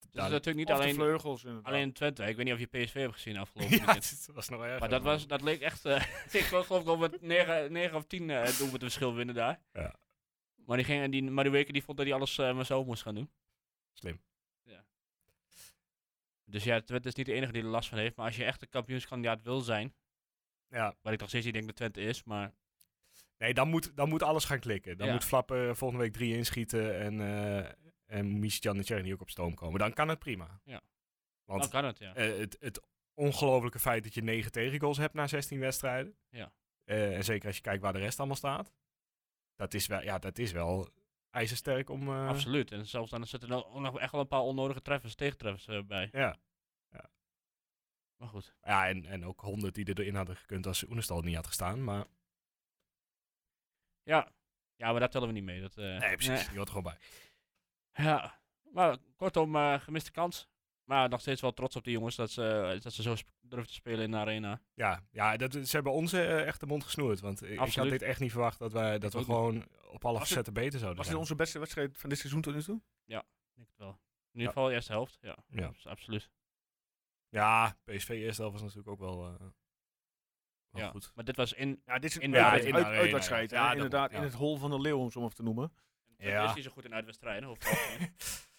D: daar-
C: het is natuurlijk niet
A: Of de
C: alleen,
A: vleugels. inderdaad.
C: alleen Twente. Ik weet niet of je PSV hebt gezien afgelopen
D: ja,
C: weekend.
D: dat was nog erg.
C: Maar dat, was, dat leek echt. eh ik geloof geloof ik al met 9, of 10 eh doen we het verschil winnen daar.
D: Ja.
C: Maar die, ging, die Madueke die vond dat hij alles eh, maar zelf moest gaan doen.
D: Slim.
C: Dus ja, Twente is niet de enige die er last van heeft. Maar als je echt een kampioenskandidaat wil zijn,
D: Ja,
C: waar ik nog steeds niet denk dat Twente is, maar
D: nee, dan moet, dan moet alles gaan klikken. Dan
C: Ja.
D: moet Flappen volgende week drie inschieten en, eh en Michel en Tjerni ook op stoom komen. Dan kan het prima.
C: Ja.
D: Want
C: dan kan het, ja.
D: eh, het, het ongelofelijke feit dat je negen tegengoals hebt na 16 wedstrijden.
C: Ja.
D: Eh, en zeker als je kijkt waar de rest allemaal staat. Dat is wel, ja, dat is wel ijzersterk om... eh,
C: Absoluut. En zelfs dan zitten er ook nog echt wel een paar onnodige treffers, tegentreffers eh, bij.
D: Ja.
C: Maar goed.
D: Ja, en, en ook honderd die erin hadden gekund als Oenestal niet had gestaan. Maar
C: Ja. ja, maar daar tellen we niet mee. Dat, eh,
D: nee, precies. Die hoort er gewoon bij.
C: Ja, maar kortom, eh, gemiste kans. Maar nog steeds wel trots op die jongens dat ze, dat ze zo sp- durven te spelen in de arena.
D: Ja, ja dat, ze hebben ons eh, echt de mond gesnoerd. Want ik- ik had
C: Absoluut.
D: dit echt niet verwacht dat, wij, dat we
C: ook
D: gewoon op alle
A: Was
D: facetten beter zouden
A: Was dit
D: zijn.
A: onze beste wedstrijd van dit seizoen tot nu toe?
C: Ik denk het wel. In ieder geval de eerste helft, ja.
D: Ja.
C: abs- absoluut.
D: Ja, PSV eerste helft was natuurlijk ook wel, eh, wel
C: ja.
D: goed.
C: Maar dit was in...
A: Ja, dit is
C: In
A: een
C: de
A: uit-
C: arena.
A: uit-
D: In de arena,
A: uitwedstrijd.
D: ja.
A: hè,
D: Ja, daarom,
A: inderdaad,
D: ja.
A: in het hol van de leeuw, om zo maar te noemen.
D: Ja.
C: is niet zo goed in uitwedstrijden. Of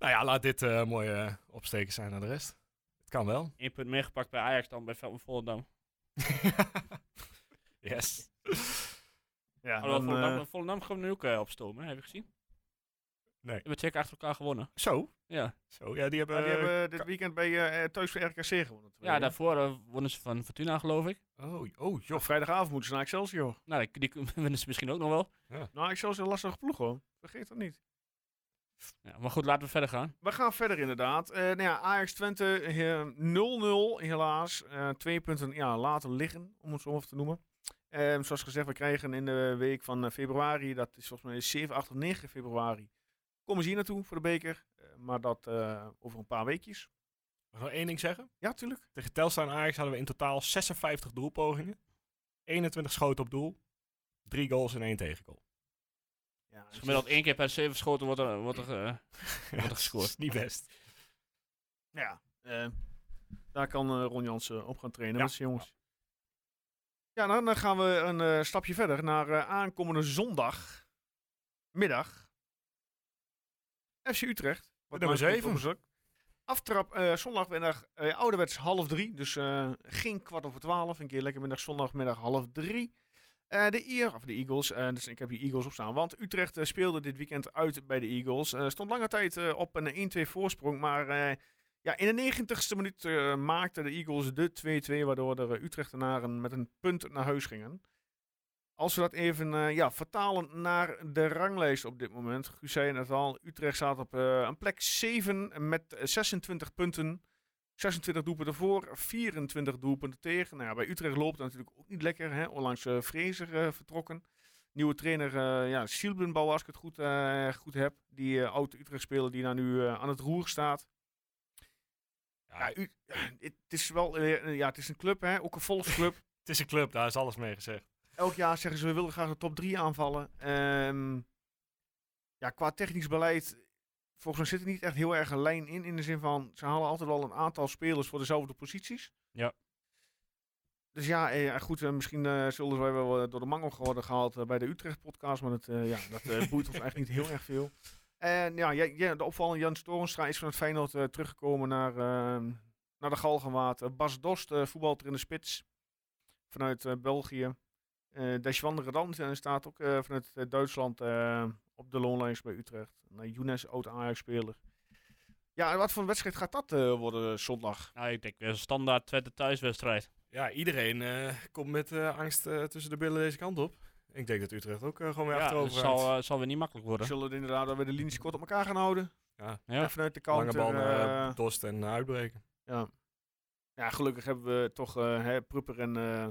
D: Nou ja, laat dit eh mooi eh, opsteken zijn naar de rest. Het kan wel.
C: Eén punt meer gepakt bij Ajax dan bij Velden Volendam.
D: yes.
A: Ja,
C: Alhoewel,
A: dan,
C: Volendam,
A: eh,
C: Volendam gaan we nu ook eh, opstomen, hè, heb je gezien?
D: Nee. Oh,
C: We hebben twee keer achter elkaar gewonnen.
D: Zo.
C: Ja,
D: Zo, ja, die hebben...
A: ja, die hebben dit weekend bij, eh, eh, thuis voor RKC gewonnen.
C: ja daarvoor eh, wonnen ze van Fortuna, geloof ik.
D: Oh, oh joh.
A: Op vrijdagavond moeten ze naar Excelsior.
C: Nou, die, die winnen ze misschien ook nog wel.
A: Nou, Excelsior is een lastige ploeg hoor. Vergeet dat niet.
C: Ja, maar goed, laten we verder gaan. Dus
A: We gaan verder inderdaad. Eh, nou ja, Ajax Twente eh, 0-0 helaas. Eh, twee punten ja, laten liggen, om het zo maar te noemen. Ehm, zoals gezegd, we krijgen in de week van eh, februari, dat is volgens mij 7, 8 of 9 februari, komen ze hier naartoe voor de beker. Eh, maar dat eh, over een paar weekjes.
D: Mag ik nog één ding zeggen?
A: Ja, tuurlijk.
D: Tegen Telstar en Ajax hadden we in totaal 56 doelpogingen. 21 schoten op doel. 3 goals en 1 tegengoal.
A: Ja,
C: Dus gemiddeld één keer per zeven schoten wordt er, wordt er eh,
D: Wat
C: gescoord.
D: is niet best.
A: Ja, eh, daar kan eh, Ron Jansen op gaan trainen
D: Ja.
A: met zijn jongens. Ja, dan eh, gaan we een eh, stapje verder naar eh, aankomende zondagmiddag. FC Utrecht.
D: Met nummer
A: maakt het
D: zeven.
A: op een zak. Aftrap eh, zondagmiddag eh, ouderwets half drie. Dus eh, geen kwart over twaalf. Een keer lekker middag zondagmiddag half drie. Eh, de, Ier, of de Eagles, eh, dus ik heb hier Eagles op staan. Want Utrecht eh, speelde dit weekend uit bij de Eagles. Eh, stond lange tijd eh, op een 1-2 voorsprong. Maar eh, ja, in de 90ste minuut eh, maakten de Eagles de 2-2, waardoor de eh, Utrechtenaren met een punt naar huis gingen. Als we dat even eh, ja, vertalen naar de ranglijst op dit moment. Guus zei het al, Utrecht staat op eh, een plek 7 met eh, 26 punten. 26 doelpunten voor, 24 doelpunten tegen. Nou ja, bij Utrecht loopt het natuurlijk ook niet lekker. Hè? Onlangs eh Fraser eh, vertrokken. Nieuwe trainer eh ja, Sielbenbouw, als ik het goed, eh, goed heb. Die oud-Utrecht-speler die daar nu eh, aan het roer staat. Ja, u, het is wel, eh, ja, het is een club, hè? ook een volksclub.
D: Het is een club, daar is alles mee gezegd.
A: Elk jaar zeggen ze, we willen graag de top 3 aanvallen. Ehm, ja, qua technisch beleid, volgens mij zit er niet echt heel erg een lijn in. In de zin van, ze halen altijd wel een aantal spelers voor dezelfde posities.
D: Ja.
A: Dus ja, eh, ja, goed, eh, misschien eh, zullen wij wel eh, door de mangel worden gehaald eh, bij de Utrecht-podcast. Maar dat, eh, ja, dat eh, boeit ons eigenlijk niet heel erg veel. En ja, jij- jij- de opvallende Jan Torenstra is van het Feyenoord eh, teruggekomen naar, ehm, naar de Galgenwaard. Eh, Bas Dost eh, voetbalt er in de spits vanuit eh, België. Eh Desjwan Redan eh, staat ook eh, vanuit eh, Duitsland eh, op de loonlijst bij Utrecht. Naar Younes, oud Ajax-speler. Ja, en wat voor een wedstrijd gaat dat eh, worden zondag?
C: Nou, ik denk weer een standaard tweede thuiswedstrijd.
D: Ja, iedereen eh, komt met eh, angst eh, tussen de billen deze kant op. Ik denk dat Utrecht ook eh, gewoon weer
C: Ja, dat
D: achterover
C: zal,
D: gaat.
C: eh, zal weer niet makkelijk worden.
A: Zullen het inderdaad dat we de linies kort op elkaar gaan houden?
D: Ja,
C: Ja.
A: En vanuit de
D: lange
A: counter.
D: bal naar
A: eh,
D: Dost en uitbreken.
A: ja. ja, gelukkig hebben we toch eh hè, Prupper en, eh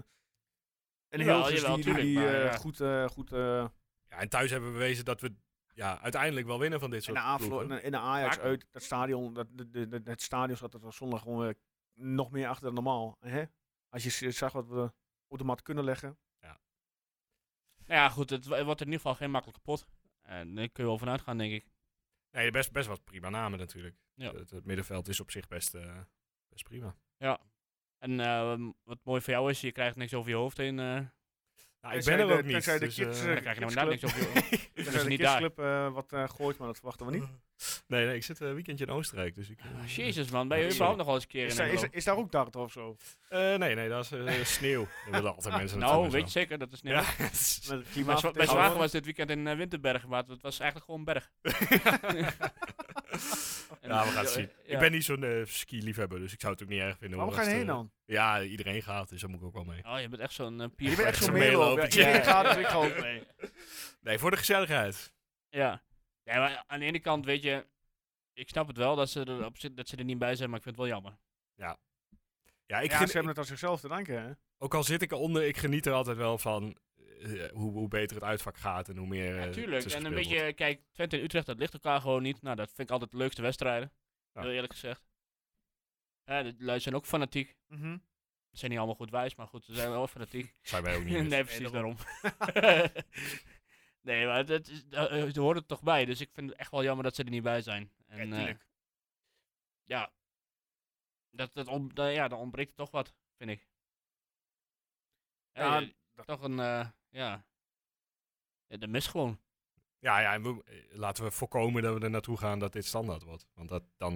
A: en
C: Jawel,
A: Hilgers
C: jawel,
A: die, die,
C: tuurlijk,
A: die,
C: maar,
A: eh,
C: ja.
A: goed, eh, goed eh,
D: Ja, en thuis hebben we bewezen dat we ja, uiteindelijk wel winnen van dit
A: En
D: soort
A: de, aflo-
D: ploegen.
A: en de- en de Ajax
C: Vaak.
A: uit dat stadion, dat, de, de, de- het stadion zat er van zondag gewoon eh, nog meer achter dan normaal. Hè? Als je z- zag wat we op de mat kunnen leggen.
C: Nou ja, goed, het wo- wordt in ieder geval geen makkelijke pot. En daar kun je wel vanuit gaan, denk ik.
D: Nee, best, best wat prima namen natuurlijk.
C: Ja.
D: Het, het middenveld is op zich best, eh, best prima.
C: En eh, wat mooi voor jou is, je krijgt niks over je hoofd heen. eh.
D: Nou, ik
A: Tenzij
D: ben
A: de-
D: er ook niet.
A: tenzij de
D: dus,
A: kids,
D: eh,
A: eh,
C: dan krijg je nou inderdaad niks over je hoofd.
A: Dus
C: is
A: de
C: niet daar.
A: kidsclub eh, wat eh, gooit, maar dat verwachten we niet.
D: nee, nee, ik zit een weekendje in Oostenrijk. Dus ik, eh,
C: Ah, Jezus man, ben je
D: Sorry.
C: überhaupt nog wel eens een keer
A: Is,
C: in
A: daar- is,
C: Hengelo?
A: is daar ook dart of zo?
D: eh, nee, nee, dat is eh, sneeuw. Dat willen altijd mensen
C: Nou,
D: natuurlijk
C: weet
D: zo.
C: je zeker, dat is niet
D: Ja.
C: leuk.
A: Met het
C: Mijn,
A: klimaat
C: zwa- mijn
A: tegenwoordig.
C: zwager was dit weekend in eh, Winterberg, maar het was eigenlijk gewoon een berg. En- eh,
D: ja, we gaan het zien.
C: ja.
D: Ik ben niet zo'n eh, ski-liefhebber, dus ik zou het ook niet erg vinden.
A: Waarom
D: hoor,
A: ga je
D: als
A: heen
D: het,
A: dan?
D: eh, Ja, iedereen gaat, dus daar moet ik ook wel mee.
C: Oh, je bent echt zo'n uh,
A: Je bent echt
D: echt
A: zo'n
D: zo'n
A: meeloop.
D: meeloper.
A: Ja,
C: Ja.
A: ik ga dus ik ga ook mee.
D: Nee, voor de gezelligheid.
C: Ja. ja maar aan de ene kant, weet je, ik snap het wel dat ze er, op, zit- dat ze er niet bij zijn, maar ik vind het wel jammer.
D: Ja, ik
A: ja,
D: gen-
A: ze hebben het aan zichzelf te danken, hè?
D: ook al zit ik eronder, ik geniet er altijd wel van eh, hoe, hoe beter het uitvak gaat en hoe meer... eh,
C: Natuurlijk,
D: het is
C: en een
D: gespeeld
C: beetje, kijk, Twente en Utrecht, dat ligt elkaar gewoon niet. Nou, dat vind ik altijd de leukste wedstrijden,
D: Ja.
C: heel eerlijk gezegd. Ja, de lui zijn ook fanatiek.
A: Mhm.
C: Ze zijn niet allemaal goed wijs, maar goed, ze zijn wel fanatiek.
D: wordt. Zijn wij ook niet. dus.
C: nee, precies daarom.
A: daarom.
C: nee, maar dat is, eh, eh, ze hoort er toch bij, dus ik vind het echt wel jammer dat ze er niet bij zijn. En, eh,
A: tuurlijk.
C: ja, dat, dat on- da- ja, dan ontbreekt toch wat, vind ik. Ja,
A: Ja,
C: eh, toch een, eh, ja. ja, de mis gewoon.
D: Ja, ja en we, eh, laten we voorkomen dat we er naartoe gaan dat dit standaard wordt. Want dat, dan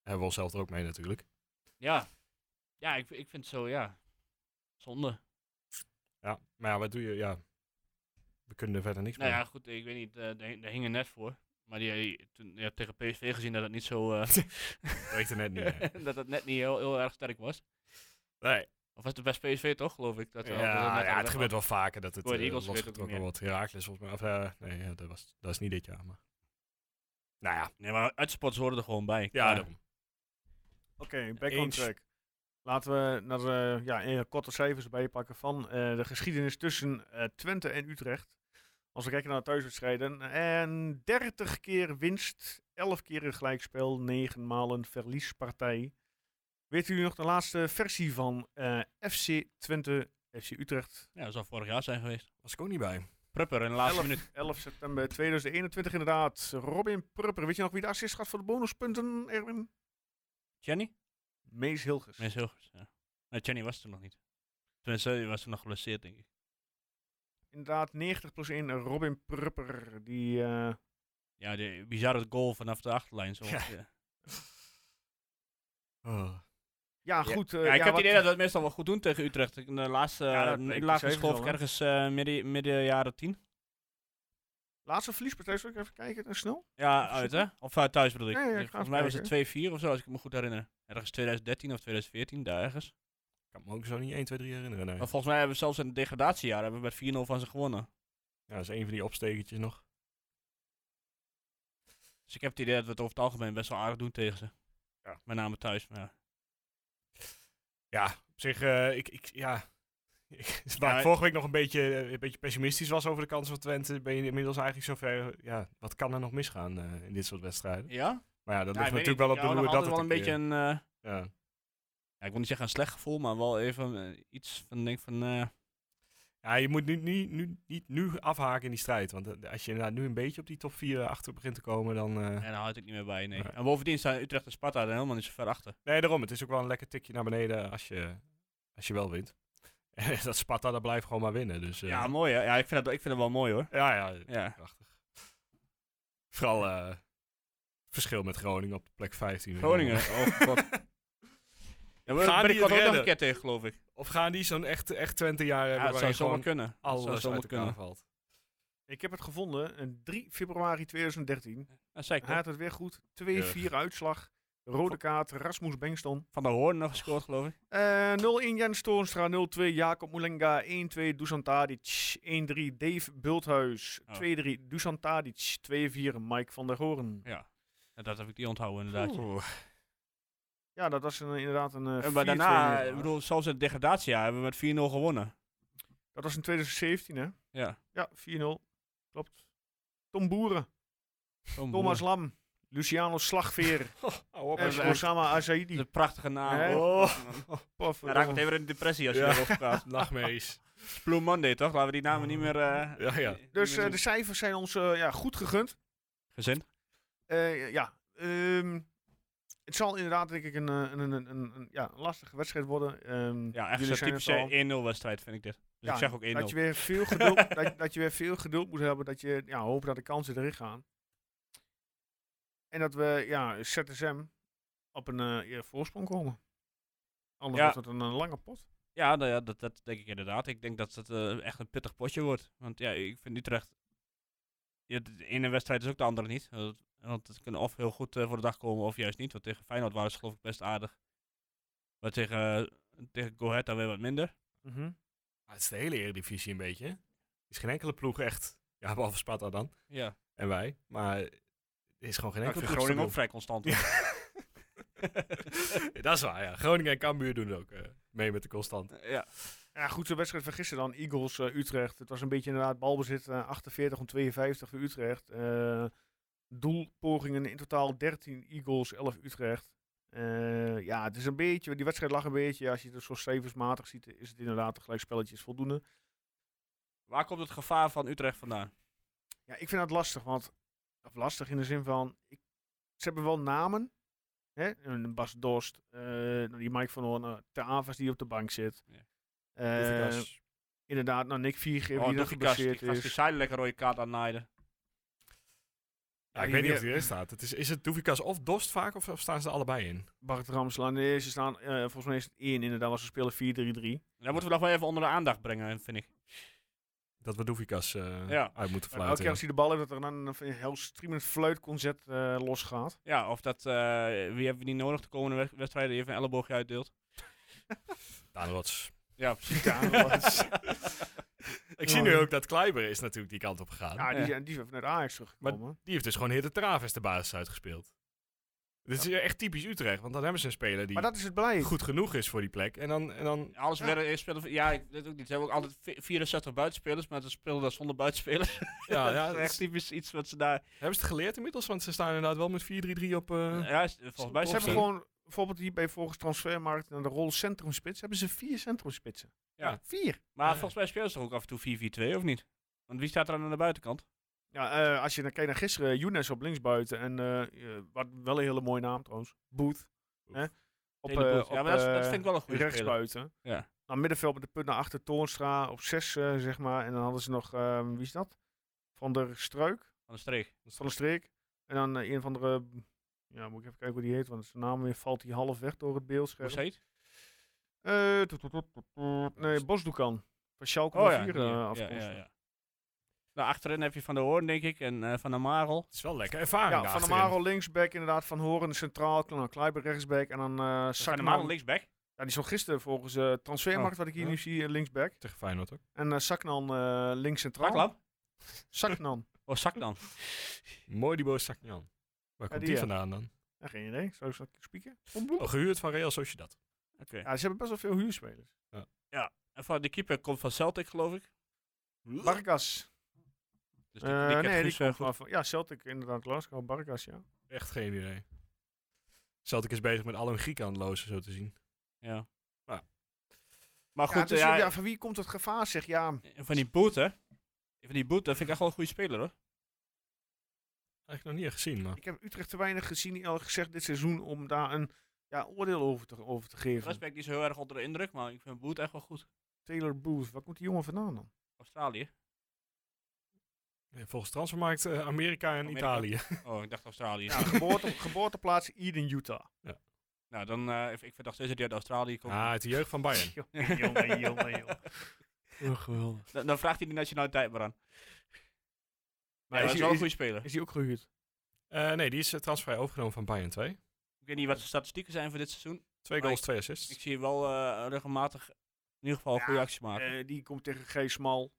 D: hebben we onszelf er ook mee natuurlijk.
C: Ja. Ja, ik, ik vind het zo, ja. Zonde.
D: Ja, maar ja, wat doe je? Ja, we kunnen er verder niks
C: Nou
D: mee.
C: ja, goed, ik weet niet, eh, daar hing- daar hing er net voor. Maar die, die- eh, toen, je hebt tegen PSV gezien dat het niet zo, eh,
D: Dat weet er net niet. eh. hè.
C: dat het net niet heel, heel erg sterk was.
D: Nee.
C: Of was het bij PSV toch, geloof ik? Dat
D: Ja,
C: we altijd net
D: ja,
C: hadden
D: het
C: weg-
D: gebeurt wel vaker dat het
C: Voor de
D: eh,
C: Eagles gebeurt het ook
D: losgetrokken
C: meer.
D: wordt. Herakles volgens mij. Of, eh, nee, ja, dat, was, dat is niet dit jaar. Maar. Nou ja,
C: Nee, maar uitspots horen er gewoon bij.
D: ja,
C: Klaar.
D: daarom.
A: Oké, back on
D: Eens.
A: track. Laten we naar de, ja, eh, korte cijfers bijpakken van eh, de geschiedenis tussen eh, Twente en Utrecht. Als we kijken naar de thuiswedstrijden. En 30 keer winst, 11 keer een gelijkspel, 9 maal een verliespartij. Weten jullie nog de laatste versie van eh, FC Twente, FC Utrecht?
C: Ja, dat zou vorig jaar zijn geweest.
D: Was ik ook niet bij.
C: Prupper in de laatste
A: 11,
C: minuut.
A: 11 september 2021 inderdaad. Robin Prupper, weet je nog wie de assist gaat voor de bonuspunten, Erwin?
C: Jenny?
A: Mees Hilgers.
C: Nee, is heel goed. Ja. Nee, Jenny was toen nog niet. Tenminste, die was toen nog geblesseerd, denk ik.
A: Inderdaad, 90 plus 1 Robin Prupper. Die, eh,
C: Ja, de bizarre goal vanaf de achterlijn. Zo
D: Ja.
C: ongeveer.
D: Oh.
A: ja, goed. eh,
C: ja, ik heb
A: wat-
C: het idee dat we het meestal wel goed doen tegen Utrecht. Ik- De laatste,
A: Ja, dat
C: eh,
A: bleek
C: ik
A: dus
C: laag was
A: even
C: geloof
A: zo,
C: ik
A: hè?
C: ergens eh, midden, midden jaren tien.
A: Laatste verliespartij, zal ik even kijken, eh, snel?
C: Ja,
A: Even
C: uit hè?
A: zoeken.
C: Of eh, thuis bedoel ik.
A: Ja, ja, ik ga
C: Volgens
A: even
C: mij was het 2-4 of zo, als ik me goed herinner. Ergens 2013 of 2014, daar ergens.
D: Ik kan me ook zo niet 1, 2, 3 herinneren. Nee.
C: Maar volgens mij hebben we zelfs in het degradatiejaar hebben we met 4-0 van ze gewonnen.
D: Ja, dat is een van die opstekertjes nog.
C: Dus ik heb het idee dat we het over het algemeen best wel aardig doen tegen ze.
D: Ja.
C: Met name thuis. Maar ja.
D: Ja, op zich, eh, ik, ik, ja. Ik, waar
C: Ja,
D: ik vorige week nog een beetje, eh, een beetje pessimistisch was over de kansen van Twente, ben je inmiddels eigenlijk zover. Ja, wat kan er nog misgaan eh, in dit soort wedstrijden?
C: ja?
D: Maar ja, dat
C: Ja, ik
D: ligt
C: weet
D: natuurlijk
C: niet,
D: wel op
C: ik
D: de
C: hou
D: loer
C: nog
D: dat
C: altijd
D: het
C: wel een beetje
D: keer-
C: een, eh,
D: Ja.
C: ja, ik wil niet zeggen een slecht gevoel, maar wel even eh, iets van denk van, eh,
D: ja, je moet nu, nu, nu, niet nu afhaken in die strijd. Want eh, als je inderdaad nu een beetje op die top 4 achter begint te komen, dan... eh,
C: ja, daar houd ik niet meer bij, nee.
D: Nee.
C: En bovendien staan Utrecht en Sparta er helemaal niet zo ver achter.
D: Nee, daarom. Het is ook wel een lekker tikje naar beneden als je, als je wel wint. dat Sparta, dat blijft gewoon maar winnen. Dus, eh,
C: Ja, mooi hè. Ja, ik vind dat, ik vind dat wel mooi hoor.
D: ja, ja,
C: Ja.
D: Prachtig. Vooral eh, verschil met Groningen op plek 15.
C: Groningen, oh god. Ja, we
D: Gaan
C: ben ik
D: die het
C: ook nog een
D: redden?
C: keer tegen, geloof ik.
D: Of gaan die zo'n echt, echt 20 jaar hebben
C: Ja, het zou
D: waarin
C: zomaar
D: gewoon
C: kunnen. Het zou
D: alles
C: zomaar
D: uit elkaar
C: kunnen.
D: valt?
A: Ik heb het gevonden. En 3 februari 2013.
C: Ja, zeker.
A: Hij had het weer goed. 2-4 uitslag. Rode kaart. Rasmus Bengston.
C: Van der Hoorn nog gescoord, geloof ik.
A: Eh 0-1 Jens Toornstra, 0-2 Jacob Moulenga, 1-2 Dusan Tadic, 1-3 Dave Bulthuis,
C: Oh.
A: 2-3 Dusan Tadic, 2-4 Mike van der Hoorn.
C: Ja. En dat heb ik niet onthouden, inderdaad.
D: Oeh.
A: Ja, dat was een, inderdaad een eh
C: En maar
A: 4-2
C: daarna, ik
A: nederlaag.
C: bedoel, zelfs in het degradatiejaar hebben we met 4-0 gewonnen.
A: Dat was in 2017, hè?
C: Ja.
A: Ja, 4-0. Klopt. Tom Boeren,
C: Oh,
A: Thomas Lam, Luciano Slagveer
D: Hou op,
A: en
D: hè.
A: Osama
C: Dat is
A: Azaidi.
C: een prachtige naam.
A: Hè?
C: Oh.
A: Pof, eh,
C: Dan raak ik meteen weer in de depressie als je
D: Ja.
C: daarover praat.
D: Nachtmerries.
C: Blue Monday, toch? Laten we die namen niet meer... eh,
D: Ja, ja.
C: niet
A: Dus
C: meer
A: eh,
C: doen.
A: de cijfers zijn ons eh, ja, goed gegund.
C: Gezin?
A: Eh, ja. ehm, het zal inderdaad, denk ik, een, eh, een, een, een, een- ja, een lastige wedstrijd worden. Ehm, jullie
C: Ja, echt eh, zo'n
A: zijn het al.
C: typische 1-0 wedstrijd vind ik dit. Dus
A: Ja,
C: ik zeg ook 1-0.
A: dat je, weer veel geduld, dat, dat je weer veel geduld moet hebben. Dat je ja, hoopt dat de kansen erin gaan. En dat we ja, ZSM op een eh, ja, voorsprong komen. Anders
C: Ja.
A: wordt het een, eh, lange pot.
C: Ja, nou ja, dat, dat denk ik inderdaad. Ik denk dat het eh, echt een pittig potje wordt. Want ja, ik vind Utrecht... Ja, de ene wedstrijd is ook de andere niet. Want- Want het kunnen of heel goed eh, voor de dag komen of juist niet. Want tegen Feyenoord waren ze geloof ik best aardig. Maar tegen, eh, tegen Go Ahead dan weer wat minder.
D: Maar Ah, het is de hele eredivisie een beetje. hè. Er is geen enkele ploeg echt... Ja, behalve Sparta dan.
C: Ja.
D: En wij. Maar er is gewoon geen
C: Ik
D: enkele
C: vind
D: ploeg
C: Groningen
D: stabiel.
C: ook vrij constant.
D: Ja. Dat is waar, ja. Hoor. Groningen en Cambuur doen ook eh, mee met de constant.
C: ja.
A: Ja, goed, de wedstrijd van gisteren dan. Eagles, eh, Utrecht. Het was een beetje inderdaad balbezit. eh, 48 om 52 voor Utrecht. Eh, doelpogingen in totaal 13 Eagles, 11 Utrecht. Eh, ja, het is een beetje, die wedstrijd lag een beetje. Als je het zo cijfersmatig ziet, is het inderdaad een gelijkspelletje is voldoende.
C: Waar komt het gevaar van Utrecht vandaan?
A: Ja, ik vind dat lastig, want of lastig in de zin van, ik, ze hebben wel namen. Hè? Een Bas Dost, eh, nou die Mike van Hoorn, eh, Te Avas die op de bank zit.
C: Ja.
A: Eh, inderdaad, nou Nick Viergever die nog
C: Oh, die gast, die
A: geblesseerd
C: gast
A: is.
C: die zei lekker rode kaart aan naaiden.
D: Ja, ik
A: die
D: weet niet
A: weer-
D: of die erin staat. Het is, is het Doevikas of Dost vaak, of, of staan ze er allebei in?
A: Bart Ramslaan. Nee, ze staan eh, volgens mij is het één inderdaad, was ze spelen 4-3-3.
C: Dat moeten we nog wel even onder de aandacht brengen, vind ik.
D: Dat we Doevikas eh,
C: Ja.
D: uit
A: En
D: moeten
A: elke
D: fluiten.
A: keer als hij de bal heeft, dat er dan een van je heel streamend fluitconcert eh losgaat.
C: Ja, of dat, eh, wie hebben we niet nodig de komende wed- wedstrijden, even een elleboogje uitdeelt.
D: Daan Rots.
C: Ja, Oh. precies.
D: Ik zie nu ook dat Kleiber is natuurlijk die kant op gegaan.
A: Ja, die,
C: Ja.
A: zijn- die zijn vanuit Ajax teruggekomen.
D: Die heeft dus gewoon Heer de Travis de basis uitgespeeld. Dit is echt typisch Utrecht, want dan hebben ze een speler die
A: Maar, dat is het beleid.
D: goed genoeg is voor die plek. En dan, en dan
C: Alles werden eerst spelen. Ja, ik weet ook niet. Ze hebben ook altijd vi- 64 buitenspelers, maar ze speelden dat zonder buitenspelers.
D: ja, ja,
C: dat is echt typisch iets wat ze daar.
D: hebben ze het geleerd inmiddels, want ze staan inderdaad wel met 4-3-3 op... eh,
C: ja, is- volgens mij
A: Ze
D: Of
A: hebben
D: zo.
A: gewoon, bijvoorbeeld hier bij volgens Transfermarkt, naar de rol centrumspits, hebben ze vier centrumspitsen.
C: Ja.
A: Vier.
C: Maar
D: Ja.
C: volgens mij spelen ze toch ook af en toe 4-4-2, of niet? Want wie staat er dan aan de buitenkant?
A: Ja, eh, als je dan kijkt naar gisteren, Younes op linksbuiten en eh, eh, wat wel een hele mooie naam trouwens, Booth. Hè? Op,
C: Taylor
A: eh,
C: Booth. ja,
A: op,
C: maar dat, is- dat
A: eh,
C: vind ik wel een goede speler.
A: rechtsbuiten.
C: Ja.
A: Nou, middenveld met de punt naar achter Toornstra op 6, zeg maar. En dan hadden ze nog, ehm, wie is dat? Van der Struik,
C: Van de streek.
A: van der Streek. En dan eh, een van de, ja, moet ik even kijken hoe die heet, want zijn naam weer valt die half weg door het
C: Hoe
A: beeldscherm.
C: is het?
A: Eh, toet, toet, toet, toet, toet. nee, Bosdoekan. Van Schalke
C: Oh ja,
A: 04
C: die,
A: eh,
C: ja, ja,
A: afkomstig.
C: ja, ja. Nou, achterin heb je Van der Hoorn, denk ik, en eh, Van der Marel.
D: Het is wel lekker ervaring
A: Ja,
D: daar
A: Van der
D: achterin.
A: Marel linksback inderdaad, Van Horen centraal, Kle- Kleiber rechtsback en dan eh
C: Van der
A: Sakman.
C: Marel Oh, linksback.
A: Ja, die is nog gisteren volgens eh, Transfermarkt, wat ik hier
D: ja.
A: nu zie, eh, linksback.
D: Tegen Feyenoord ook.
A: En eh Saknan eh, links centraal.
C: Zaklamp.
A: Saknan.
C: Oh, zak dan.
D: Mooi die boos Saknian. Waar komt
A: die, eh,
D: die
A: ja.
D: vandaan dan?
A: Ja, geen idee. Zou ik zo spieken?
D: Oh, gehuurd van Real Sociedad.
C: Oké.
A: Ja, ze hebben best wel veel huurspelers.
C: En van de keeper komt van Celtic, geloof ik.
A: Barkas.
C: Dus die,
A: Eh,
C: die kent
A: nee, die
C: Guus, eh,
A: komt
C: goed.
A: vanaf- Ja, Celtic inderdaad. Glasgow, Barkas, ja.
D: Echt geen idee. Celtic is bezig met al hun Grieken aan het lozen, zo te zien.
C: Ja.
D: Ja.
A: ja,
C: Maar goed,
A: dus,
C: eh, ja,
A: ja, van wie komt het gevaar, zeg? Ja,
C: van die boete. Van die boete vind ik echt wel een goede speler hoor.
D: Eigenlijk nog niet echt gezien, maar...
A: ik heb Utrecht te weinig gezien, al gezegd, dit seizoen om daar een ja, oordeel over te, over te geven.
C: Respect is heel erg onder de indruk, maar ik vind boete echt wel goed.
A: Taylor Booth, waar komt die jongen vandaan dan?
C: Australië.
D: Nee, Volgens Transfermarkt eh, Amerika en
C: Amerika.
D: Italië.
A: Nou,
C: Oh, ik dacht Australië.
A: Ja, geboorte, geboorteplaats Eden, Utah.
C: Nou, dan, eh, ik, ik verdacht steeds dat hij uit Australië
A: Oh.
C: komt.
D: Ah, uit de jeugd
C: Oh
D: van Bayern.
A: Jongen, jongen, jongen, jongen. Oh,
C: Dan, dan vraagt hij de nationaliteit maar aan. Maar
A: Maar
C: dat
A: is, hij,
C: is wel een
A: is-
C: goede speler.
A: is hij ook gehuurd?
D: Eh, nee, die is eh, transfervrij overgenomen van Bayern 2.
C: Ik weet niet wat de statistieken zijn voor dit seizoen.
D: Twee
C: Maar
D: goals, twee assists.
C: Ik zie wel eh, regelmatig in ieder geval
A: Ja,
C: goede acties maken.
A: Eh, die komt tegen G. Smal.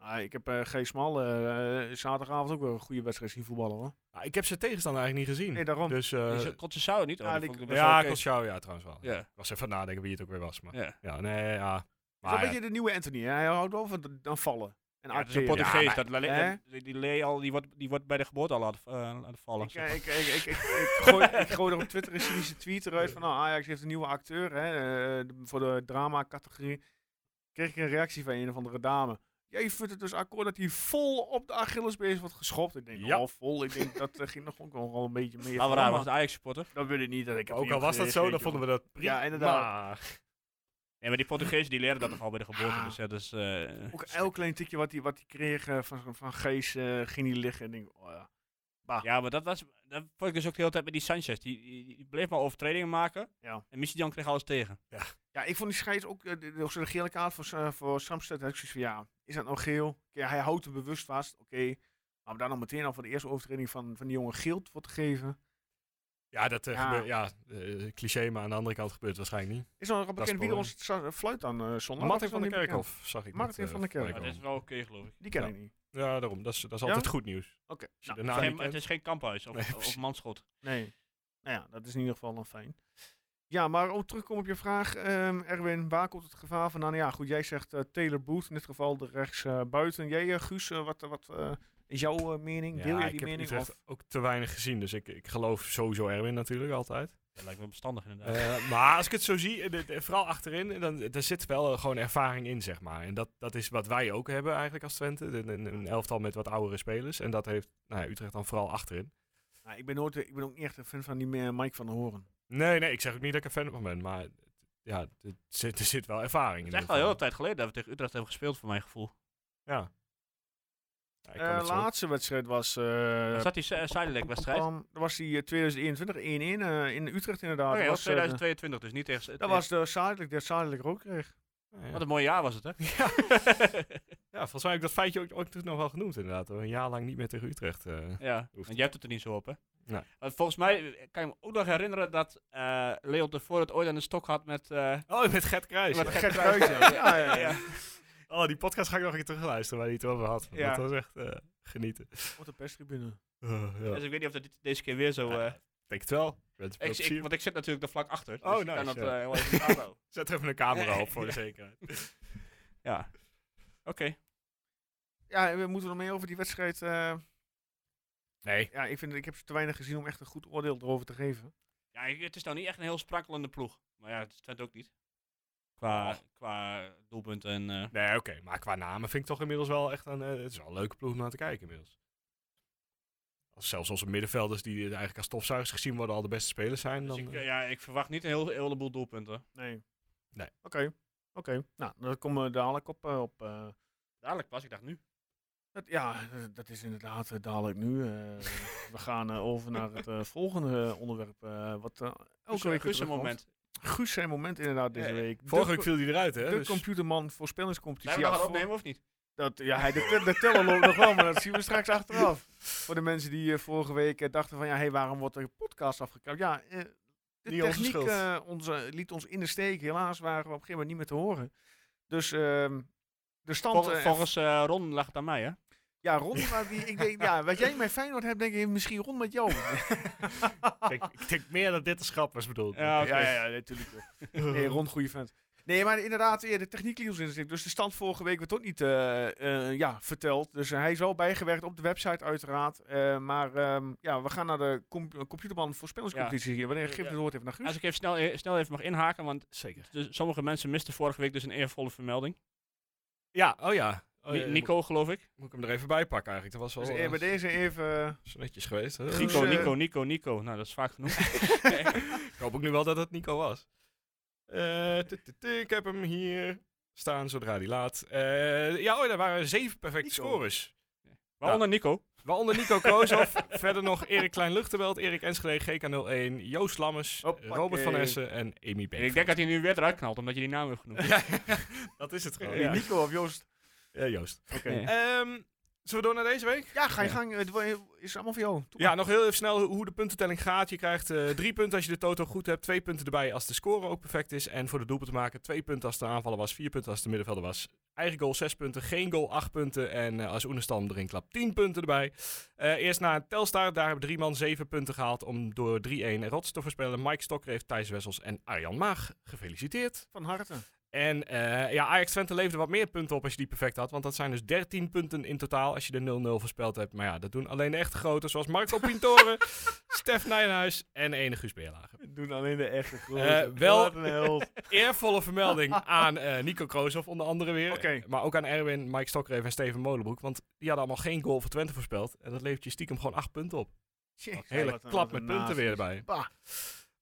A: Ah, ik heb eh G. Smal eh, eh, zaterdagavond ook wel een goede wedstrijd zien voetballen hoor.
D: Ah, ik heb zijn tegenstander eigenlijk niet gezien.
A: Nee, daarom.
D: Dus, eh,
C: die Kotsen zou het niet. Oh,
A: ja,
C: dat
A: die- eh,
C: vond ik best wel
D: ja,
C: oké.
D: Koscielny, ja, trouwens wel.
C: Ja,
D: Ik was even aan het nadenken wie het ook weer was. Maar, ja.
C: ja.
D: nee, ja.
A: Maar is
D: Maar,
A: een beetje de nieuwe Anthony. Hè? Hij houdt wel van d- dan vallen. En
C: Ja, het is een
A: acteren.
C: Portugees.
D: maar-
C: dat, le-
A: Hè?
C: dat- die- die Lee al, die, wordt, die wordt bij de geboorte al laten, eh, laten vallen.
A: Ik,
C: zeg
A: eh,
C: maar.
A: ik, ik, ik, ik, ik gooi, ik gooi er op Twitter een cynische tweet eruit van nou, Ajax heeft een nieuwe acteur hè, eh, de- voor de drama-categorie. Kreeg ik een reactie van een of andere dame. Jij vindt het dus akkoord dat hij vol op de Achillesbees wordt geschopt. Ik denk,
D: Ja.
A: oh vol, ik denk dat eh, ging nog ook wel een beetje mee.
C: Laten we raar, was het Ajax supporter.
A: dat wil ik niet. Dat ik
D: ja, ook al was dat zo, dan vonden we dat prima.
A: Ja, inderdaad.
D: Maar-
C: Nee, maar die Portugezen die leren dat toch al bij de geboorte. Dus, ja, dus, eh,
A: Ah. Ook elk klein tikje wat hij wat die kreeg eh, van, van Gees eh, ging hij liggen. En denk, oh ja.
C: ja, maar dat was. Dat vond ik dus ook de hele tijd met die Sanchez. Die, die, die bleef maar overtredingen maken.
A: Ja.
C: En Michijan kreeg alles tegen.
A: ja, ik vond die scheids ook eh, de, de, de gele kaart voor, Sa- voor Samsted. Had ik zoiets van, ja, is dat nou geel? Oké, hij houdt hem bewust vast, oké. Maar om daar nog meteen al voor de eerste overtreding van, van die jongen geel voor te geven.
D: Ja, dat eh,
A: Ja.
D: gebeurt. Ja, eh, cliché, maar aan de andere kant gebeurt het waarschijnlijk niet.
A: Is er nog bekend wie er
D: spoor.
A: ons sa- fluit dan eh zondag? Dat
D: Martin
A: is nog
D: van der
A: niet bekend.
D: Kerkhof zag ik.
A: Martin
D: net, eh,
A: van der Kerkhof.
C: Maar
D: voorbij
C: dit is
D: komen.
C: wel oké, geloof ik.
A: Die ken
D: Ja.
A: ik niet.
D: Ja, daarom. Dat is, dat is
A: Ja?
D: altijd goed nieuws.
A: Oké.
D: je
A: nou,
D: daarna
A: fijn.
D: niet
C: Geen- het is geen kamphuis of,
D: Nee,
C: of
D: precies.
C: manschot.
A: Nee. Nou ja, dat is in ieder geval dan fijn. Ja, maar om terug te komen op je vraag, ehm, Erwin, waar komt het gevaar vandaan? Ja, goed, jij zegt eh, Taylor Booth, in dit geval de rechts eh, buiten. Jij, eh, Guus, eh, wat, eh, wat eh, is jouw eh, mening? Deel je
D: Ja, ik
A: die
D: heb
A: mening?
D: Utrecht
A: Of,
D: ook te weinig gezien, dus ik, ik geloof sowieso Erwin natuurlijk altijd.
C: Dat lijkt me bestandig inderdaad.
D: Eh, maar als ik het zo zie, eh, de- de- vooral achterin, eh, dan er zit wel eh, gewoon ervaring in, zeg maar. En dat, dat is wat wij ook hebben eigenlijk als Twente. Een, een- een elftal met wat oudere spelers. En dat heeft nou ja, Utrecht dan vooral achterin.
A: Nou, ik, ben nooit, eh, ik ben ook niet echt een fan van die eh, Mike van den Horen.
D: Nee, nee, ik zeg ook niet dat ik een fan van ben, maar eh, ja, er zit, er zit wel ervaring in.
C: Het is
D: in
C: echt al
D: ieder
C: heel
D: geval.
C: hele tijd geleden dat we tegen Utrecht hebben gespeeld, voor mijn gevoel.
D: Ja. Ja, ik kan
A: Eh,
D: het zo-
A: laatste wedstrijd was... eh,
C: Was dat die si- eh, Sidelec-wedstrijd? Oh
A: pam, dat was die eh, 2021 1-1 eh, in Utrecht inderdaad.
C: ja,
A: dat
C: dat was
A: was, eh, de-
C: 2022, dus niet tegen... tegen-
A: dat was de Zuidelijk, die Zuidelijk rook kreeg.
D: Ja.
C: Wat een mooi jaar was het, hè?
D: Ja. ja, volgens mij heb ik dat feitje ook, ook toen nog wel genoemd inderdaad. Dat we Een jaar lang niet meer tegen Utrecht. eh.
C: Ja,
D: Hoeft
C: want jij hebt het er niet zo op, hè?
D: Nee.
C: Want volgens mij eh, kan je me ook nog herinneren dat eh Leon de Voor het ooit aan de stok had met... eh,
D: Oh, met Gert Kruijs.
C: Met
D: ja.
A: Gert Kruijs, ja. Ja, ja, ja.
D: Oh, die podcast ga ik nog een keer terugluisteren waar hij het over had.
C: Ja.
D: Dat was echt eh, genieten.
A: Op de perstribune.
D: Eh, ja.
C: Dus ik weet niet of dat dit- deze keer weer zo...
D: Ja,
C: eh,
D: Ik denk het wel. Ik wens je veel
C: ik, ik-
D: plezier.
C: want ik zit natuurlijk er vlak achter.
D: Oh,
C: ik kan
D: nice,
C: dat,
D: ja.
C: eh, heel even aanhouden.
D: Zet er even een camera op voor de zekerheid.
C: ja. Oké.
A: Ja, en we moeten nog meer over die wedstrijd... eh,
D: Nee.
A: ja, ik, vind, ik heb ze te weinig gezien om echt een goed oordeel erover te geven.
C: Ja, ik- het is nou niet echt een heel sprankelende ploeg. Maar ja, het is Twente ook niet. Qua, qua doelpunten en... eh,
D: Oh. Nee, oké. Maar qua namen vind ik toch inmiddels wel echt een... eh, het is wel een leuke ploeg om naar te kijken inmiddels. Als zelfs onze middenvelders die eigenlijk als stofzuigers gezien worden al de beste spelers zijn.
C: dus
D: Dan,
C: ik,
D: eh,
C: eh, ja, ik verwacht niet een heel, heel heleboel doelpunten.
A: Nee.
D: Nee.
A: Oké. Oké. Nou, dan komen we dadelijk op. eh, op eh,
C: Dadelijk pas, ik dacht nu.
A: het- ja, eh, dat is inderdaad eh, dadelijk nu. eh, we gaan eh, over naar het eh, volgende onderwerp. eh, wat eh, elke week weer
C: een
A: terugkomt.
C: moment.
A: Guus zijn moment inderdaad deze
C: Ja, ja.
A: week.
D: Vorige
A: de,
D: week viel die eruit, hè?
A: de
D: dus-
A: computerman
C: Zijn
A: voorspellingscompetitie.
C: we nog
A: Ja,
C: aan het
A: voor-
C: opnemen of niet?
A: dat, ja, hij, de, te- de teller loopt nog wel, maar dat zien we straks achteraf. Voor de mensen die eh, vorige week eh, dachten van, ja, hey, waarom wordt de podcast afgekapt? Ja, eh, de
D: Niet onze
A: techniek
D: schuld.
A: eh, onze, liet ons in de steek. Helaas waren we op een gegeven moment niet meer te horen. Dus ehm, de stand...
C: Vol-
A: eh,
C: volgens eh, Ron lag het aan mij, hè?
A: Ja, Ron, maar die, ik denk, ja, wat jij met Feyenoord hebt, denk ik misschien rond met jou.
D: ik, denk, ik denk meer dat dit een schap was bedoeld.
C: Ja, oké.
A: Ja, ja, ja, natuurlijk. wel. nee, Ron, goede vent. Nee, maar inderdaad, ja, de techniek liet ons in de steek. Dus de stand vorige week werd ook niet eh, eh, ja, verteld. Dus eh, hij is wel bijgewerkt op de website uiteraard. Eh, maar ehm, ja, we gaan naar de com- eh, computerman voorspellingscompetitie hier. Wanneer geeft het woord even naar
D: Hm?
A: Guus?
C: Als ik even snel, eh, snel even mag inhaken, want
D: Zeker.
C: dus sommige mensen misten vorige week dus een eervolle vermelding.
D: Ja, oh ja. Oh,
C: Ni-
D: ja,
C: Nico, geloof ik.
D: Moet ik hem er even bij pakken eigenlijk. Dat was wel
A: Dus
D: eh,
A: eh, bij deze even... eh,
D: zo netjes geweest. Hè?
A: Dus,
C: Nico,
A: eh,
C: Nico, Nico, Nico. Nou, dat is vaak genoeg.
D: Ik hoop ook nu wel dat het Nico was. Eh, tut, tut, tut, ik heb hem hier staan zodra die laat. Eh, ja, oh, daar waren zeven perfecte
A: Nico.
D: scores.
C: Waaronder Nico.
D: Waaronder Nico Kooshoff. verder nog Erik Klein-Luchtenbelt, Erik Enschede, GK01, Joost Lammers,
A: Hoppakee.
D: Robert van Essen en Amy
C: En ik
D: Beek.
C: denk dat hij nu weer eruit knalt, omdat je die naam hebt genoemd.
D: dat is het gewoon.
A: Hey, Nico of Joost.
D: Ja, Joost.
A: Oké.
D: Ehm,
C: Nee.
D: zullen we door naar deze week?
A: Ja, ga je
C: Ja.
A: gang. eh, Het wa- is allemaal voor jou. Doe
D: Ja, nog heel even snel hoe de puntentelling gaat. Je krijgt eh, drie punten als je de toto goed hebt. Twee punten erbij als de score ook perfect is. En voor de doelpunt te maken twee punten als de aanvaller was. Vier punten als de middenvelder was. Eigen goal zes punten, geen goal acht punten. En eh, als Oenestam erin klapt tien punten erbij. Eh, eerst naar Telstar. Daar hebben drie man zeven punten gehaald om door 3-1 Rots te voorspellen. Mike Stokker heeft Thijs Wessels en Arjan Maag. Gefeliciteerd.
A: Van harte.
D: En eh, ja, Ajax Twente leefde wat meer punten op als je die perfect had. Want dat zijn dus 13 punten in totaal als je de 0-0 voorspeld hebt. Maar ja, dat doen alleen de echte groten zoals Marco Pintoren, Stef Nijenhuis en ene Guus Beerlagen.
A: Doen alleen de echte
D: Eh, wel-
A: Wat een held.
D: Eervolle vermelding aan eh, Nico Krooshoff onder andere weer.
A: Oké.
D: Maar ook aan Erwin, Mike Stokreef en Steven Molenbroek. Want die hadden allemaal geen goal voor Twente voorspeld. En dat levert je stiekem gewoon 8 punten op.
A: Jezus,
D: Hele
A: wat een-
D: klap
A: wat een
D: met punten
A: nazi.
D: weer erbij.
A: Bah.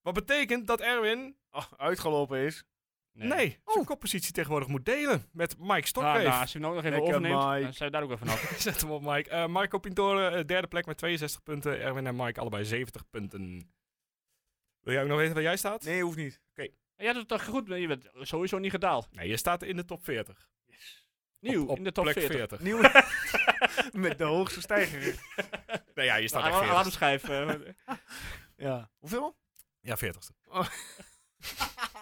D: Wat betekent dat Erwin,
A: Ah, uitgelopen is.
D: nee, zijn koppositie tegenwoordig moet delen met Mike
C: Ah, nou,
D: Stokreef.
C: als je hem ook nog even
A: Lekker,
C: overneemt,
A: Mike.
C: dan zijn we daar ook weer vanaf.
D: Zet hem op, Mike. Eh, Marco Pintoren, eh, derde plek met 62 punten. Erwin en Mike allebei 70 punten. Wil jij ook nog weten waar jij staat?
A: Nee, hoeft niet.
C: ja, dat is toch goed? Je bent sowieso niet gedaald.
D: Nee, je staat in de top 40.
C: Nieuw,
D: Op- op
C: in de top
D: plek
C: 40.
A: Nieuw. met de hoogste stijger.
D: Nee, ja, je staat
C: Ah,
D: echt
C: ah,
D: 40.
C: laat hem schrijven. Eh,
A: Ja. Hoeveel?
D: Ja, 40ste.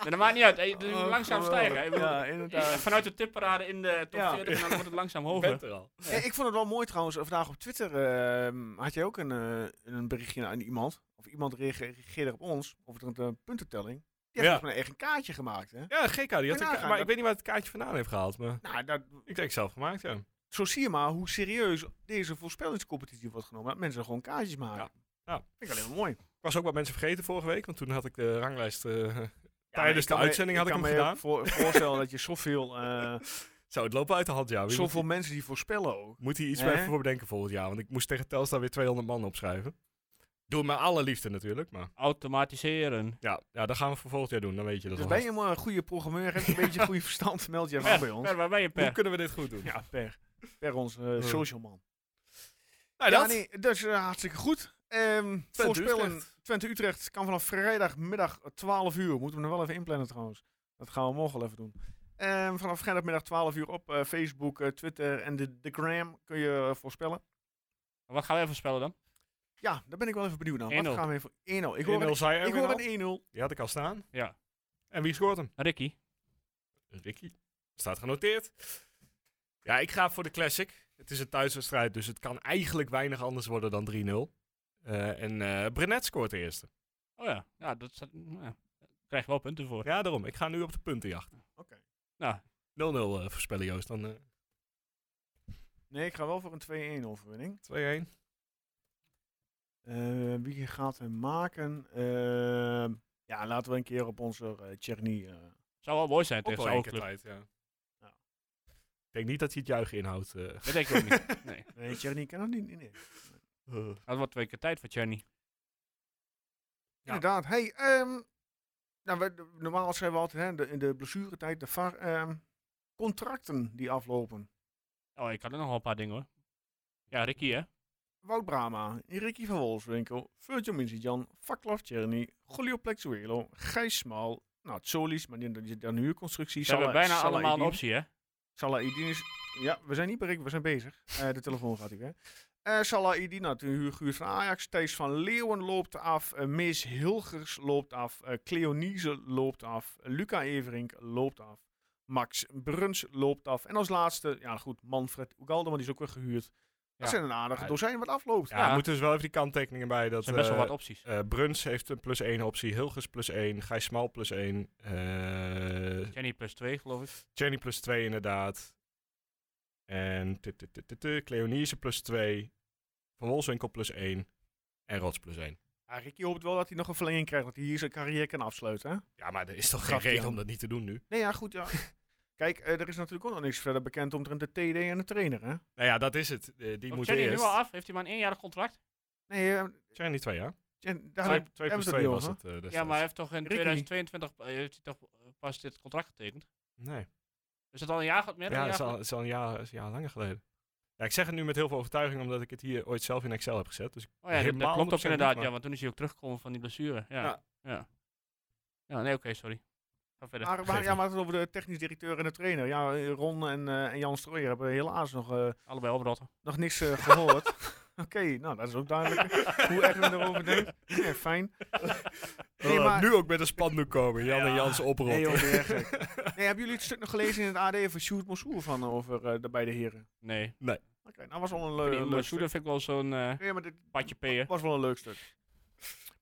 C: nee, dat maakt niet uit. Eh, het is
A: Oh,
C: langzaam
A: geweldig.
C: stijgen. hè. Ik bedoel,
A: Ja,
C: eh,
A: inderdaad.
C: Vanuit de tipparade in de top
A: Ja.
C: 40 en dan wordt het langzaam
D: Je
C: hoger.
D: bent er al.
A: Ja, ik vond het wel mooi trouwens. eh, Vandaag op Twitter ehm, had jij ook een, eh, een berichtje aan iemand. Of iemand reage- reageerde op ons. Over de eh, puntentelling. Die
D: Ja.
A: heeft volgens mij echt een kaartje gemaakt. Hè?
D: Ja, GK, die had een
A: nagaan,
D: ka- maar
A: dat-
D: ik weet niet waar het kaartje vandaan heeft gehaald. Maar
A: Nou, dat,
D: ik denk zelf gemaakt, ja.
A: zo zie je maar hoe serieus deze voorspellingscompetitie wordt genomen. Dat mensen gewoon kaartjes maken.
D: Ja. Ja.
A: Vind ik alleen maar mooi.
D: Ik was ook wat mensen vergeten vorige week, want toen had ik de ranglijst... eh,
A: maar
D: Tijdens de
A: kan me-
D: uitzending had ik hem
A: kan me
D: gedaan.
A: voor- voorstellen dat je zoveel, eh,
D: zou het lopen uit de hand, ja. Wie
A: zoveel
D: Moet,
A: mensen die voorspellen ook.
D: moet hier iets
A: Hè?
D: meer voor bedenken volgend jaar? Want ik moest tegen Telstar weer 200 man opschrijven. Doe het met alle liefde natuurlijk, maar...
C: Automatiseren.
D: Ja, ja, dat gaan we voor volgend jaar doen. Dan weet je dat
A: Dus
D: al.
A: ben je maar een goede programmeur, heb je een beetje goede verstand, meld je even aan bij ons.
C: Per, waar ben je
D: Hoe
C: per?
D: kunnen we dit goed doen?
A: Ja, per, per ons eh, social man.
D: Nou,
A: ja,
D: dat.
A: nee, dus eh, hartstikke goed. Ehm voorspellen
D: Utrecht.
A: Twente Utrecht kan vanaf vrijdagmiddag 12 uur. Moeten we er wel even inplannen trouwens. Dat gaan we morgen wel even doen. Ehm, vanaf vrijdagmiddag 12 uur op eh, Facebook, eh, Twitter en de, de Gram kun je eh, voorspellen.
C: Wat gaan we even spellen dan?
A: Ja, daar ben ik wel even benieuwd naar. Wat
C: 1-0.
A: gaan we even 1-0. Ik hoor
D: 1-0
A: een-
D: zei
A: ik
D: Erwin
A: hoor
D: al.
A: een 1-0.
D: e- Die had ik al staan.
C: Ja.
D: En wie scoort hem?
C: Ricky.
D: Ricky. Staat genoteerd. Ja, ik ga voor de Classic. Het is een thuiswedstrijd, dus het kan eigenlijk weinig anders worden dan 3-0. Eh, en eh Brenet scoort de eerste.
C: Oh ja, ja dat staat, nou ja. krijg je wel punten voor.
D: Ja, daarom. Ik ga nu op de puntenjacht. 0-0
C: Nou,
D: eh, voorspellen, Joost. Dan eh,
A: Nee, ik ga wel voor een 2-1 overwinning.
D: 2-1.
A: Eh, wie gaat hem maken? Ehm, ja, laten we een keer op onze eh Tjerni, eh,
C: zou wel mooi zijn
D: Ook
C: tegen
D: wel
C: zijn
D: één
C: oude
D: keer
C: club.
D: tijd, ja.
A: Ja.
D: Ik denk niet dat hij het juichen inhoudt. eh.
C: Dat denk ik ook niet. Nee.
A: Nee, Tjerni kan dat niet. Nee, nee.
C: Dat wordt twee keer tijd voor Tjerny.
D: Ja.
A: Inderdaad. Hey, ehm, nou, we, normaal zijn we altijd hè, de, in de blessuretijd de VAR, ehm, contracten die aflopen.
C: Oh, ik had er nog wel een paar dingen hoor. Ja, Ricky hè.
A: Wout Brama, Ricky van Wolfswinkel, Virgil Minzijan, Vaklav Tjerni, Julio Plexuelo, Gijs Smal, nou, Solis, maar die- die- dan huurconstructie.
C: Ze hebben bijna allemaal een
A: optie.
C: optie hè.
A: Salah Idin is... Ja, we zijn niet bereikt, we zijn bezig. Eh, de telefoon gaat hier weer. Eh Salah Idin, nou, de huur- huur van Ajax. Thijs van Leeuwen loopt af. Eh, Mees Hilgers loopt af. Eh Cleonise loopt af. Luca Everink loopt af. Max Bruns loopt af. En als laatste, ja goed, Manfred Ugalde, maar die is ook weer gehuurd.
C: Ja.
A: Dat zijn een aardige
D: Ja.
A: dozijn wat afloopt.
D: Ja,
C: Ja.
D: er moeten dus wel even die kanttekeningen bij. Dat,
C: Er zijn best wel
D: eh,
C: wat opties.
D: Eh, Bruns heeft een plus 1 optie, Hilgers plus 1, Gijs Smal plus 1, eh
C: Tjerny plus 2 geloof ik.
D: Jenny plus 2 inderdaad. En tu- tu- tu- tu- tu, Cleonice plus 2, Van Wolfswinkel plus 1 en Rots plus 1.
A: Ja, Ricky hoopt wel dat hij nog een verlenging krijgt, dat hij hier zijn carrière kan afsluiten. Hè?
D: Ja, maar er is toch geen
A: Grapje,
D: reden
A: Jan.
D: om dat niet te doen nu?
A: Nee, ja, goed, ja. Kijk, eh, er is natuurlijk ook nog niks verder bekend omtrent de TD en de trainer, hè?
D: Nou ja, dat is het. Eh, die
C: Moet
D: moet
C: Tjerny Oh, nu al
D: eerst.
C: af? Heeft hij maar een eenjarig contract?
A: Nee, eh,
D: Jenny 2, ja?
A: en daar
D: 2
A: hebben we het
D: plus
A: niet
D: 2
A: over.
D: was het. eh, destijds.
C: Ja, maar hij heeft toch in
A: Ricky.
C: 2022 eh, heeft hij toch eh, pas dit contract getekend?
D: Nee.
C: Is dat al een jaar? Meer dan
D: Ja, het
C: een jaar
D: is al,
C: geleden?
D: het is al een, jaar, is een jaar langer geleden. Ja, ik zeg het nu met heel veel overtuiging, omdat ik het hier ooit zelf in Excel heb gezet. Dus ik-
C: Oh ja, dat- dat
D: Helemaal
C: klopt ook
D: 100% niet,
C: inderdaad.
D: maar-
C: Ja, want toen is hij ook teruggekomen van die blessure. Ja. Ja,
D: Ja.
C: ja. nee, oké, sorry. Ga verder.
A: Maar, maar,
D: geeft
A: ja, maar het over de technisch directeur en de trainer. Ja, eh, Ron en, eh, en Jan Strooijer hebben helaas nog, eh,
C: Allebei oprotten.
A: nog niks eh, gehoord. Oké, nou dat is ook duidelijk hoe Edwin erover denkt. Ja, fijn. Nee,
D: Oh,
A: maar-
D: Nu ook met een spandoek komen. Jan en
A: Ja.
D: Jans oprot.
A: Nee, joh, ben jij gek. Nee, hebben jullie het stuk nog gelezen in het AD van Sjoerd Mossoer van over eh, de beide heren?
C: Nee.
A: Oké, nou was wel een
C: Uh,
A: leu- leuk,
C: Masouda
A: stuk.
C: vind Eh, ik wel zo'n eh
A: Nee, maar dit
C: patje peer.
A: was wel een leuk stuk.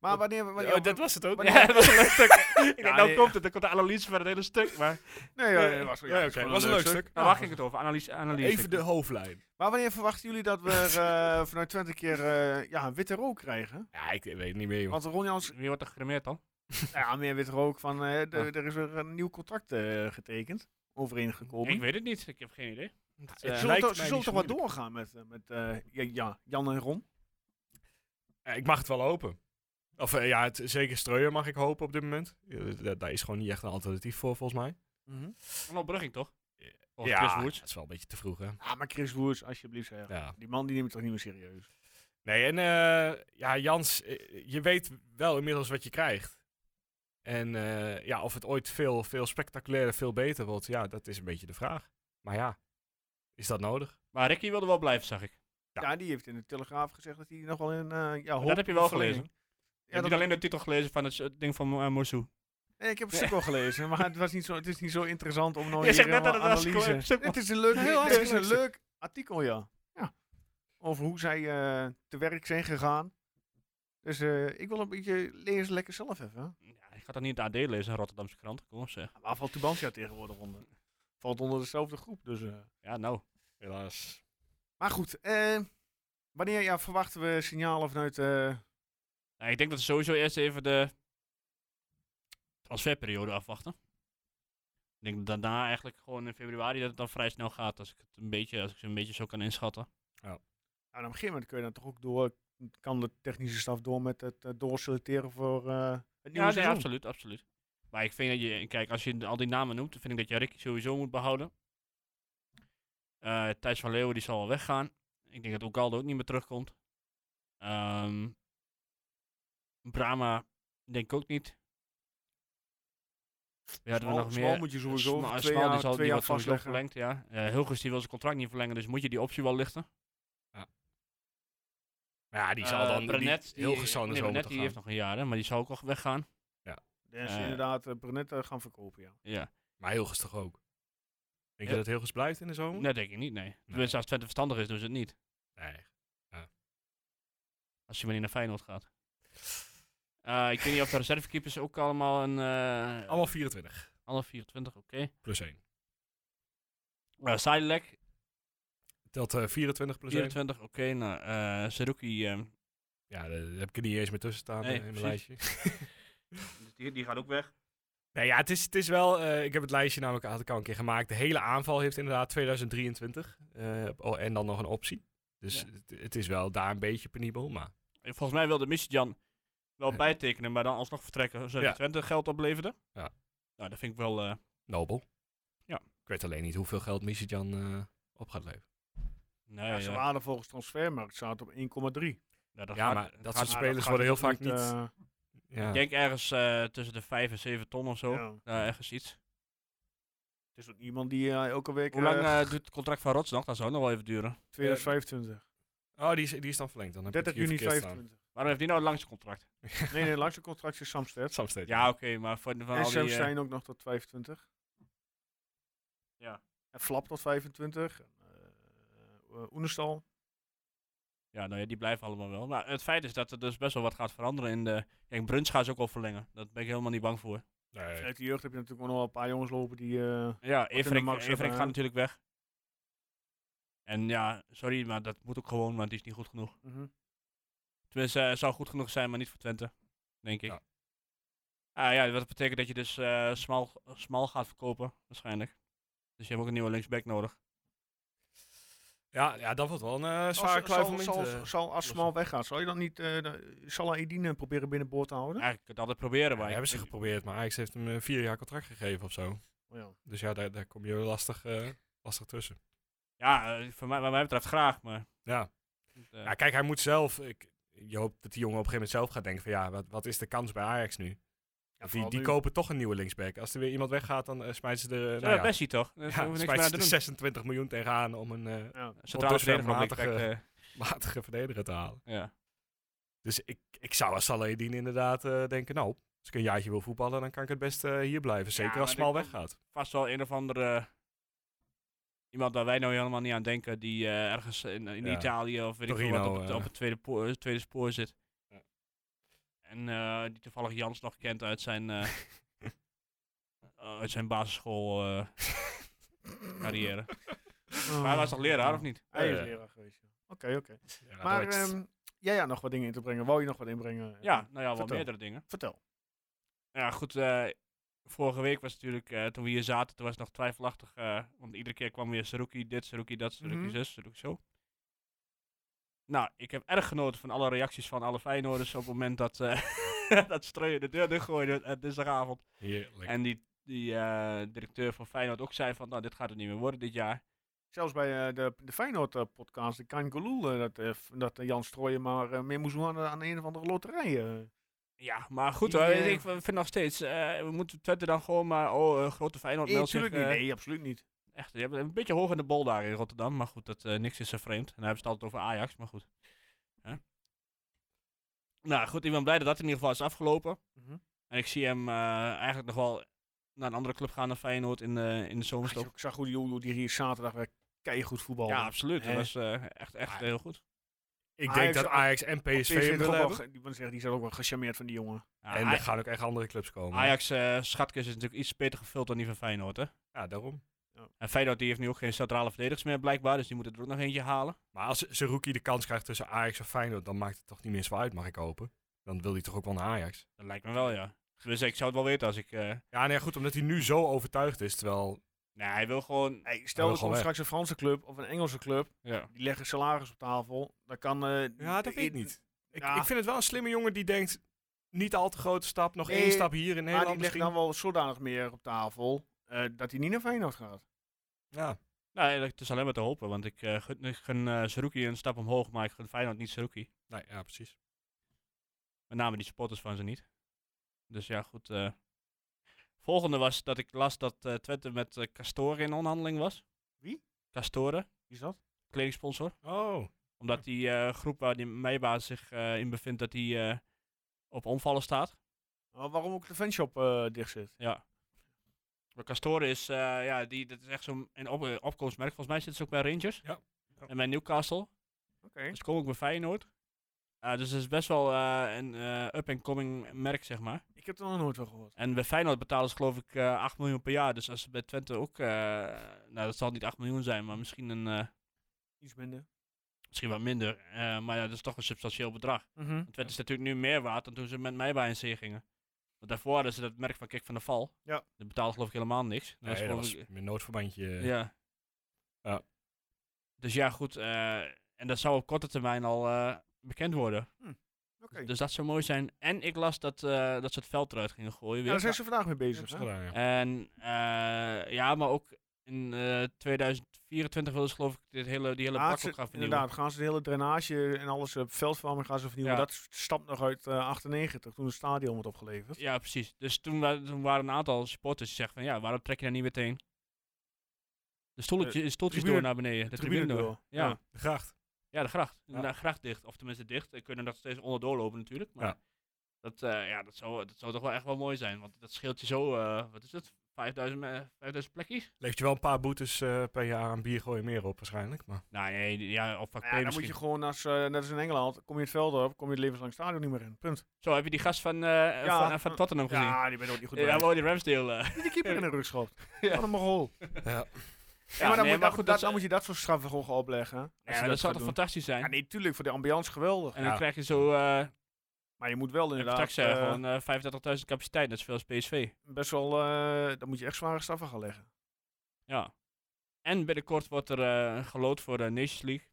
A: Maar wanneer... wanneer-
D: Oh, dat was het ook.
C: Ja, dat was een leuk stuk. ik denk,
A: Ja,
C: nou
A: nee.
C: komt het, dan komt de analyse van het hele stuk. Maar
A: Nee, ja, ja, het was, ja,
D: Ja,
A: het
D: oké,
A: gewoon
D: was een leuk stuk.
C: daar
D: Ja,
C: wacht ik Nou, het over. Analyse. analyse
D: Even de hoofdlijn.
A: Maar wanneer verwachten jullie dat we er, eh, vanuit 20 keer eh, ja, een witte rook krijgen?
D: Ja, ik weet het niet meer, joh.
A: Want Ron Jans
C: Wie wordt er gegrimeerd dan?
A: Nou Ja, meer wit rook van eh, de-
C: Ah.
A: er is weer een nieuw contract eh, getekend, overeengekomen.
C: Ik weet het niet. Ik heb geen idee. Dat, eh,
A: Ze zullen
D: lijkt
A: toch- ze
D: mij
A: zullen toch
D: niet zo
A: wat doorgaan met, eh, met eh, ja, ja, Jan en Ron?
D: Ja, ik mag het wel hopen. Of eh, ja, het, zeker Streuer mag ik hopen op dit moment. Eh, da- daar is gewoon niet echt een alternatief voor, volgens mij.
C: Mhm. Van Opbrugging toch? Of
D: ja,
C: Chris Woods.
D: dat is wel een beetje te vroeg, hè?
A: Ah, maar Chris Woers, alsjeblieft zeg.
D: Ja.
A: Die man die neemt toch niet meer serieus.
D: Nee, en eh, ja, Jans, eh, je weet wel inmiddels wat je krijgt. En eh, ja, of het ooit veel, veel spectaculairder, veel beter wordt, ja, dat is een beetje de vraag. Maar ja, is dat nodig?
C: Maar Ricky wilde wel blijven, zag ik.
A: Ja. die heeft in de Telegraaf gezegd dat hij nog wel in... eh ja, hoop
C: dat heb je wel
A: verlengt.
C: gelezen. Ik
A: Ja,
C: heb
A: dat,
C: niet alleen de titel gelezen van het eh, ding van uh, Morsou.
A: nee, ik heb het stuk wel gelezen, maar het, was niet zo, het is niet zo interessant om nou
C: Je zegt
A: hier
C: net dat het
A: helemaal
C: was een
A: analyse-
C: leuk stuk
A: Het is een leuk,
D: Heel
A: het is
D: hartstikke
A: een
D: leuk
A: leuk artikel, ja. ja. Over hoe zij eh, te werk zijn gegaan. Dus eh, ik wil een beetje lezen lekker zelf even.
C: Ja, ik ga dat niet in het AD lezen, Rotterdamse krant. Kom op zeg.
A: Maar valt Tubantia tegenwoordig onder? Valt onder dezelfde groep, dus... eh.
C: Ja, nou.
D: Helaas.
A: Maar goed, eh, wanneer ja, verwachten we signalen vanuit... eh,
C: Nou, ik denk dat we sowieso eerst even de transferperiode afwachten. Ik denk dat daarna eigenlijk gewoon in februari dat het dan vrij snel gaat. Als ik het een beetje, als ik ze een beetje zo kan inschatten.
A: aan een gegeven moment kun je dan toch ook door... Kan de technische staf door met het eh, doorselecteren voor eh het nieuwe
C: Ja, nee,
A: seizoen?
C: absoluut, absoluut. Maar ik vind dat je, kijk, als je al die namen noemt, dan vind ik dat je Ricky sowieso moet behouden. Eh Thijs van Leeuwen, die zal wel weggaan. Ik denk dat Ogaldo ook niet meer terugkomt. Ehm Brahma, denk ik ook niet. Ja, hadden we
A: Smal-
C: nog
A: Smal
C: meer?
A: moet je
C: Sma-
A: sowieso
C: Smal,
A: voor twee jaar,
C: die zal
A: twee
C: die
A: jaar
C: wordt sowieso
A: vastleggen.
C: verlengd, ja. Eh Hilgers die wil zijn contract niet verlengen, dus moet je die optie wel lichten.
D: Ja, die zal
C: Eh,
D: dan
C: Brenet,
D: die, heel gezond
C: nee,
D: zo
C: Brenet,
D: moeten
C: die
D: gaan.
C: heeft nog een jaar, hè, maar die zal ook al weggaan.
A: Dus
C: Eh.
A: inderdaad, uh, gaan verkopen, ja.
C: Ja.
D: Maar Hilgers toch ook? Denk
C: Ja.
D: je dat Hilgers blijft in de zomer?
C: Nee, denk ik niet, nee. Tenminste, als Twente verstandig is, doen ze het niet.
D: Nee.
C: Als je maar niet naar Feyenoord gaat. Eh, ik weet niet of de reservekeepers ook allemaal een... eh
D: Allemaal 24,
C: alle 24, oké. Eh
D: plus 1.
C: Sidelec,
D: Telt eh, 24 plus 1.
C: 24, oké. nou, eh Saruki, ehm,
D: Ja, daar daar heb ik er niet eens meer tussen staan
C: Nee,
D: eh, in mijn
C: precies.
D: lijstje.
C: die, die gaat ook weg.
D: Nee, ja, het is, het is wel. eh, ik heb het lijstje namelijk had ik al een keer gemaakt. De hele aanval heeft inderdaad 2023. eh, oh, en dan nog een optie. Dus
C: Ja.
D: het, het is wel daar een beetje penibel. Maar
C: Volgens mij wilde Jan wel
D: Ja.
C: bijtekenen, maar dan alsnog vertrekken. Zodat
D: Ja.
C: Twente geld opleverde.
D: Ja.
C: Nou, dat vind ik wel... eh,
D: nobel.
C: Ja.
D: Ik weet alleen niet hoeveel geld Misitjan eh op gaat leveren.
C: nee,
A: Ja,
C: ja,
A: ze waren volgens transfermarkt zaten op 1,3.
C: Ja, dat
D: Ja,
C: gaat-
D: maar
C: dat
D: dat
C: gaat-
D: soort spelers worden heel vaak niet.
A: eh,
D: ja.
C: Ik denk ergens eh, tussen de 5 en 7 ton of zo.
A: ja.
C: Eh, ergens iets.
A: Het is ook iemand die eh, elke week...
C: Hoe lang
A: eh,
C: eh, duurt het contract van Rots nog? Dat zou ook nog wel even duren.
A: 2025.
D: Oh, die is, die is dan verlengd. Dan heb
A: 30
D: ik het
A: juni
D: hier verkeerd staan.
A: 25.
C: Waarom heeft die nou het langste contract?
A: Nee, nee, langs de contract is Samsted.
D: Sam Steed.
C: Ja, oké, maar van, van
A: En
C: al die...
A: Sam
C: eh,
A: Stein ook nog tot 25.
C: Ja.
A: En Flap tot 25. En, eh, eh, Oenestal.
C: Ja, nou ja, die blijven allemaal wel. Maar het feit is dat er dus best wel wat gaat veranderen in de... Kijk, Bruns gaat ze ook wel verlengen. Daar ben ik helemaal niet bang voor.
D: Nee.
A: Uit de jeugd heb je natuurlijk ook nog wel een paar jongens lopen die... eh, in
C: Ja,
A: de
C: Everink
A: markt zetten,
D: eh,
C: Everink
A: hè?
C: gaat natuurlijk weg. En ja, sorry, maar dat moet ook gewoon, want die is niet goed genoeg.
A: mhm.
C: Tenminste, eh, zou goed genoeg zijn, maar niet voor Twente. Denk ik.
D: Ja.
C: Ah ja, dat betekent dat je dus eh, smal, smal gaat verkopen, waarschijnlijk. Dus je hebt ook een nieuwe linksback nodig.
D: Ja, ja, dat wordt wel een eh
A: Als-
D: zware kluif
A: zal,
D: om in
A: zal,
D: te-
A: zal, als Smal weggaat, zal je dan niet eh de- Salah Edine proberen binnenboord te houden?
C: Eigenlijk kun je het altijd proberen,
D: Ja,
C: maar...
D: dat
C: ik-
D: hebben ze
C: ik-
D: geprobeerd, maar Ajax heeft hem eh, vier jaar contract gegeven of zo.
A: Oh ja.
D: Dus ja, daar, daar kom je lastig, eh, lastig tussen.
C: Ja, eh, voor mij, wat mij betreft graag, maar...
D: Ja.
C: eh,
D: Ja, nou kijk, hij moet zelf. Ik, je hoopt dat die jongen op een gegeven moment zelf gaat denken: van ja, wat, wat is de kans bij Ajax nu? Want die
A: vooral
D: die
A: nu.
D: kopen toch een nieuwe linksback. Als er weer iemand weggaat, dan eh, smijten ze er.
C: ja,
D: eh, nou ja,
C: Bessie toch?
D: ja,
C: Daar hoeven we niks meer aan
D: smijten
C: te
D: ze
C: doen.
D: er 26 miljoen tegenaan om een eh,
A: Ja.
C: Centrale
D: dusver
C: verdediger van Big
D: matige-
C: Pack, eh,
D: matige verdediger te halen.
C: Ja.
D: Dus ik, ik zou als Saladin inderdaad eh, denken: nou, als ik een jaartje wil voetballen, dan kan ik het best eh, hier blijven. Zeker
C: Ja,
D: als
C: maar
D: Smal
C: dit-
D: weggaat.
C: Vast wel een of andere... eh, Iemand waar wij nou helemaal niet aan denken, die eh, ergens in, in
D: Ja.
C: Italië of weet ik veel
D: Torino,
C: wat op, het-
D: eh.
C: op het tweede, poor- eh, tweede spoor zit.
D: Ja.
C: En eh, die toevallig Jans nog kent uit zijn, eh, uit zijn basisschool eh, carrière. Maar hij was toch leraar, of niet?
A: Hij is
D: Eh,
A: leraar geweest. Ah, ja. Oké, oké.
D: Ja,
A: Maar
D: dat-
A: ehm, jij had nog wat dingen in te brengen. Wou je nog wat inbrengen?
C: Ja, nou ja, wel
A: vertel.
C: meerdere dingen.
A: Vertel.
C: Ja, goed. eh, vorige week was natuurlijk, eh, toen we hier zaten, toen was het nog twijfelachtig. eh, want iedere keer kwam weer Saruki dit, Saruki dat, Saruki
A: Mhm.
C: zus, Saruki zo. Nou, ik heb erg genoten van alle reacties van alle Feyenoorders op het moment dat, eh dat Streuer de deur dichtgooide eh, dinsdagavond.
D: heerlijk.
C: En die, die eh, directeur van Feyenoord ook zei van, nou, dit gaat het niet meer worden dit jaar.
A: Zelfs bij eh, de, de Feyenoord-podcast, de Kain Geloel, eh, dat, eh, f- dat eh, Jan Strooijen maar eh, meer moest doen aan, aan een of andere loterij. eh.
C: Ja, maar goed
A: Die,
C: hoor,
A: eh,
C: ik vind nog steeds, eh, we moeten Twitter dan gewoon maar, oh, eh, grote Feyenoord
A: Nee,
C: meldt zich,
A: natuurlijk niet.
C: eh,
A: Nee, absoluut niet.
C: Echt, je hebt een beetje hoog in de bol daar in Rotterdam. Maar goed, dat, eh, niks is zo vreemd. En dan hebben ze het altijd over Ajax, maar goed. Hè? Nou goed, ik ben blij dat dat in ieder geval is afgelopen.
A: Mhm.
C: En ik zie hem eh, eigenlijk nog wel naar een andere club gaan dan Feyenoord in, de in de
A: Als je
C: zomerstop.
A: ook zag hoe die, hoe die hier zaterdag weer keihard voetbal.
C: Ja, absoluut. Dat
A: Hè?
C: was eh, echt, echt
D: Maar-
C: heel goed.
D: ik denk
A: Ajax-
D: dat Ajax en PSV, hem willen hebben.
A: die, want zeggen, die zijn ook wel gecharmeerd van die jongen.
C: Ja,
D: En
C: Aj-
D: er gaan ook echt andere clubs komen.
C: Ajax eh, schatkist is natuurlijk iets beter gevuld dan die van Feyenoord. Hè?
D: Ja, daarom.
C: En Feyenoord die heeft nu ook geen centrale verdedigers meer blijkbaar. Dus die moeten er ook nog eentje halen.
D: Maar als Zerouki de kans krijgt tussen Ajax en Feyenoord, dan maakt het toch niet meer zo uit, mag ik hopen. Dan wil hij toch ook wel naar Ajax.
C: Dat lijkt me wel, ja. Dus ik zou het wel weten als ik... eh,
D: Ja, nee, goed, omdat hij nu zo overtuigd is, terwijl...
C: nee, hij wil gewoon...
A: Hey, stel
D: wil
A: dat komt
D: gewoon
A: straks een Franse club of een Engelse club,
C: Ja.
A: die leggen salaris op tafel. Dan kan... eh, de-
D: Ik,
A: Ja.
D: ik vind het wel een slimme jongen die denkt, niet al te grote stap, nog
A: Nee,
D: één stap hier in
A: Maar
D: Nederland
A: die legt
D: misschien.
A: dan wel zodanig meer op tafel, eh, dat hij niet naar Feyenoord gaat.
D: Ja,
C: Nou, ja, het is alleen maar te hopen, want ik eh gun, ik gun eh, Saruki een stap omhoog, maar ik gun Feyenoord niet Saruki.
D: nee, ja, precies.
C: Met name die supporters van ze niet. Dus ja, goed. eh. Volgende was dat ik las dat eh, Twente met eh Castore in onderhandeling was.
A: Wie?
C: Castore,
A: Wie is dat?
C: kledingsponsor.
D: Oh,
C: Omdat die eh, groep waar die Meibaas zich eh, in bevindt, dat die eh, op omvallen staat.
A: Nou, waarom ook de fanshop eh, dicht zit.
C: Ja. Maar Castore is, eh, ja, die, dat is echt zo'n een op, eh, opkomstmerk. Volgens mij zit ze ook bij Rangers.
D: Ja. Ja.
C: En bij Newcastle.
A: Oké.
C: Dus kom ook bij Feyenoord. Ah, dus het is best wel eh, een eh, up-and-coming merk, zeg maar.
A: Ik heb er nog nooit van gehoord.
C: En bij Feyenoord betalen ze geloof ik eh 8 miljoen per jaar. Dus als ze bij Twente ook... eh, nou, dat zal niet 8 miljoen zijn, maar misschien, een, eh,
A: Iets minder.
C: misschien wat minder. Eh, maar ja, dat is toch een substantieel bedrag.
A: Mhm.
C: Want Twente is natuurlijk nu meer waard dan toen ze met mij bij een zee gingen. Want daarvoor hadden ze dat merk van Kik van de Val.
A: Ja.
C: Dat betaalde geloof ik helemaal niks. Dat was
D: nee, dat
C: geloof
D: was
C: ik-
D: mijn noodverbandje. eh,
C: Ja.
D: Ja.
C: Dus ja, goed. eh, en dat zou op korte termijn al eh, bekend worden.
A: Oké.
C: Dus dat zou mooi zijn. En ik las dat, eh, dat ze het veld eruit gingen gooien
A: Ja,
C: weer.
A: daar zijn ze vandaag mee
D: Dat
A: bezig.
D: is
A: hè?
D: gedaan, ja.
C: En eh, ja, maar ook in eh, 2024 wilden ze geloof ik dit hele, die hele
A: Ja,
C: bak
A: ze-
C: ook gaan vernieuwen.
A: Ah, inderdaad, gaan ze de hele drainage en alles, eh veldverwarming gaan ze vernieuwen.
C: Ja.
A: Dat s- stamt nog uit eh, 98, toen het stadion werd opgeleverd.
C: Ja, precies. Dus toen, wa- toen waren een aantal supporters die zeggen van ja, waarom trek je daar niet meteen de stoeltjes, de, stoeltjes
A: tribune-
C: door naar beneden? De, tribune, door. Ja. ja.
A: Ja.
D: De gracht.
C: de gracht.
D: Ja.
C: De gracht dicht. Of tenminste dicht. Er kunnen nog steeds onderdoor lopen natuurlijk. Maar
D: Ja.
C: dat, eh, ja, dat, zou, dat zou toch wel echt wel mooi zijn. Want dat scheelt je zo, eh, wat is dat? 5000, me- 5000 plekjes?
D: Levert je wel een paar boetes eh, per jaar aan bier gooien meer op waarschijnlijk, maar...
C: Nou nee, ja, of vak
A: Ja,
C: P
A: dan moet je
C: misschien.
A: gewoon, als, eh, net als in Engeland, kom je het veld op, kom je het levenslang stadion niet meer in. Punt.
C: Zo, heb je die gast van, eh,
A: Ja,
C: van, van
A: eh,
C: Tottenham gezien?
A: Ja, die ben ook niet goed
C: Ja,
A: bij.
C: daar wordt die Ramsdale. eh.
A: Die de keeper in de rug schopt.
C: Ja.
A: Wat een mogol.
D: Ja.
A: Ja, maar dan,
C: nee,
A: moet, dan-
C: goed,
A: dan-
C: dat-
A: dan moet je dat soort straffen gewoon gaan opleggen. hè, als
C: Ja,
A: je
C: dat, zou
A: gaat
C: toch
A: doen.
C: fantastisch zijn?
A: Ja, nee, tuurlijk, voor de ambiance geweldig.
C: En dan
D: Ja.
C: krijg je zo eh
A: Maar je moet wel inderdaad
C: straks eh,
A: eh,
C: gewoon eh, 35.000 capaciteit, net zoveel als PSV.
A: best wel, eh dan moet je echt zware straffen gaan leggen.
C: Ja. En binnenkort wordt er eh geloot voor de Nations League.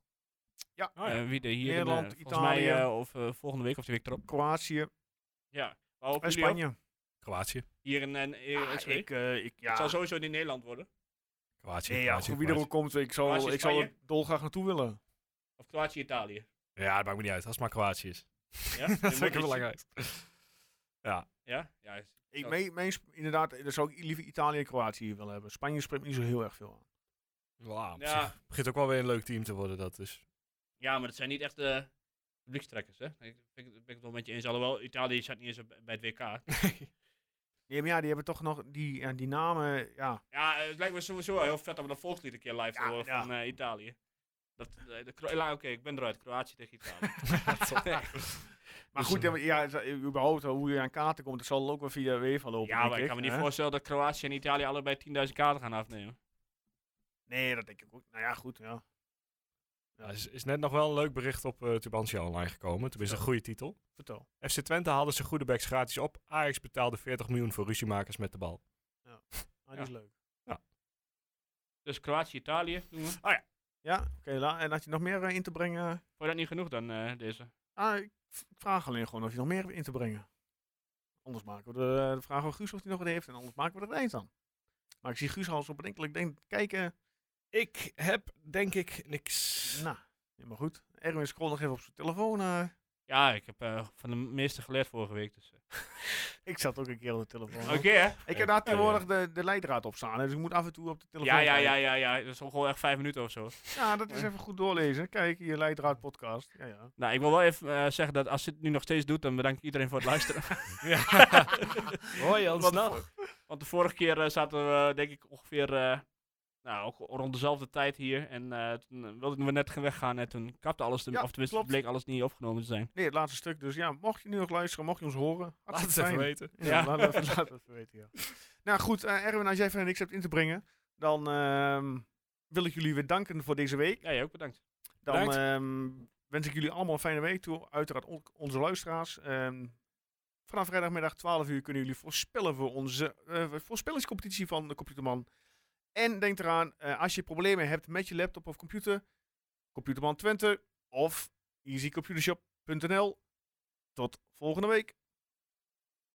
A: Ja.
D: Oh ja.
C: Eh, wie er hier
A: Nederland,
C: in, eh, volgens mij
A: Italië.
C: eh, of eh, volgende week of de week erop.
A: Kroatië
C: Ja. Waar hopen
A: en
C: jullie op?
A: Spanje.
D: Kroatië.
C: Hier in, in, in
A: Ah,
C: in-
A: ik, eh, ik, ja.
C: Het zal sowieso niet in Nederland worden.
D: Kroatië.
A: Nee, ja,
D: Kroatië,
A: goed, wie er ook
D: Kroatië.
A: komt, ik zal,
C: Kroatië,
A: ik zal er
C: Spanje?
A: dolgraag naartoe willen.
C: Of Kroatië, Italië.
D: Ja, dat maakt me niet uit. Als het maar Kroatië is.
C: Ja?
D: dat vind ik
C: Modric.
D: wel belangrijk.
C: Ja? ja is-
A: Ik,
C: Zo.
A: mee, mee, inderdaad, eh, dan zou ik liever Italië en Kroatië hier willen hebben. Spanje spreekt me niet zo heel erg veel aan.
D: Ja, op
C: Ja.
D: zich begint ook wel weer een leuk team te worden. Dat dus.
C: ja, maar dat zijn niet echt de publiekstrekkers, hè? Ik ben ik ben ik het wel met je eens. Alhoewel, Italië zat niet eens op- bij het WK.
A: Nee, maar ja, die hebben toch nog die, ja, die namen, ja.
C: Ja, het lijkt me sowieso wel heel vet om dat volkslied een keer live te
A: Ja,
C: horen
A: ja.
C: van eh, Italië. Dat, eh, de Kro- ja, oké, ik ben eruit. Kroatië tegen Italië.
A: Maar
C: Dus, eh,
A: goed, ja, maar- ja, het- überhaupt eh, hoe je aan kaarten komt, dat zal ook wel via de UEFA lopen.
C: ja,
A: denk
C: maar ik kan me niet
A: hè?
C: voorstellen dat Kroatië en Italië allebei 10.000 kaarten gaan afnemen.
A: Nee, dat denk ik ook. Nou ja, goed, ja.
D: Ja, er is, is net nog wel een leuk bericht op eh Tubantia online gekomen. Tenminste, een goede titel.
A: Vertel.
D: FC Twente haalde zijn goede backs gratis op. Ajax betaalde 40 miljoen voor ruziemakers met de bal.
A: Ah, die is leuk.
C: Dus Kroatië, Italië doen we.
A: Ja, oké. la- en had je nog meer eh, in te brengen?
C: Vond je dat niet genoeg dan, eh, deze?
A: Ah, ik v- ik vraag alleen gewoon of je nog meer hebt in te brengen. Anders maken we de, de vraag aan Guus of hij nog wat heeft. En anders maken we er eind aan. Maar ik zie Guus al zo bedenkelijk denk, kijken.
D: Ik heb denk ik niks.
A: Nou, helemaal goed. Erwin scroll nog even op zijn telefoon. eh.
C: Ja, ik heb eh, van de meeste geleerd vorige week. Dus, eh.
A: ik zat ook een keer op de telefoon.
C: Oké, hè?
A: Ik heb daar tegenwoordig de, de leidraad op staan. hè, Dus ik moet af en toe op de telefoon
C: Ja, ja,
A: kijken.
C: ja, ja, ja. Dat is gewoon echt vijf minuten of zo.
A: Ja, dat is even goed doorlezen. Kijk, hier leidraad podcast. Ja, ja.
C: Nou, ik wil wel even eh, zeggen dat als je het nu nog steeds doet, dan bedank ik iedereen voor het luisteren.
D: Hoi, ons
A: Wat
D: nog.
C: Want de vorige keer eh, zaten we, denk ik, ongeveer eh, nou, ook rond dezelfde tijd hier. En eh, toen eh, wilden we net gaan weggaan en toen kapte alles, te,
A: Ja,
C: of tenminste
A: klopt.
C: bleek alles niet opgenomen te zijn.
A: Nee, het laatste stuk. Dus ja, mocht je nu nog luisteren, mocht je ons horen.
D: Laat het
A: hartstikke
D: even
A: fijn.
D: weten.
A: Ja,
C: Ja.
A: laat het even, laat het even weten, ja. Nou goed, eh, Erwin, als jij verder niks hebt in te brengen, dan ehm, wil ik jullie weer danken voor deze week.
C: Ja, jij ook bedankt.
A: Dan
D: Bedankt.
A: ehm, wens ik jullie allemaal een fijne week toe. Uiteraard ook onze luisteraars. Ehm, vanaf vrijdagmiddag 12 uur kunnen jullie voorspellen voor onze eh, voorspellingscompetitie van de Computerman. En denk eraan, eh, als je problemen hebt met je laptop of computer, Computerman Twente of easycomputershop.nl. Tot volgende week.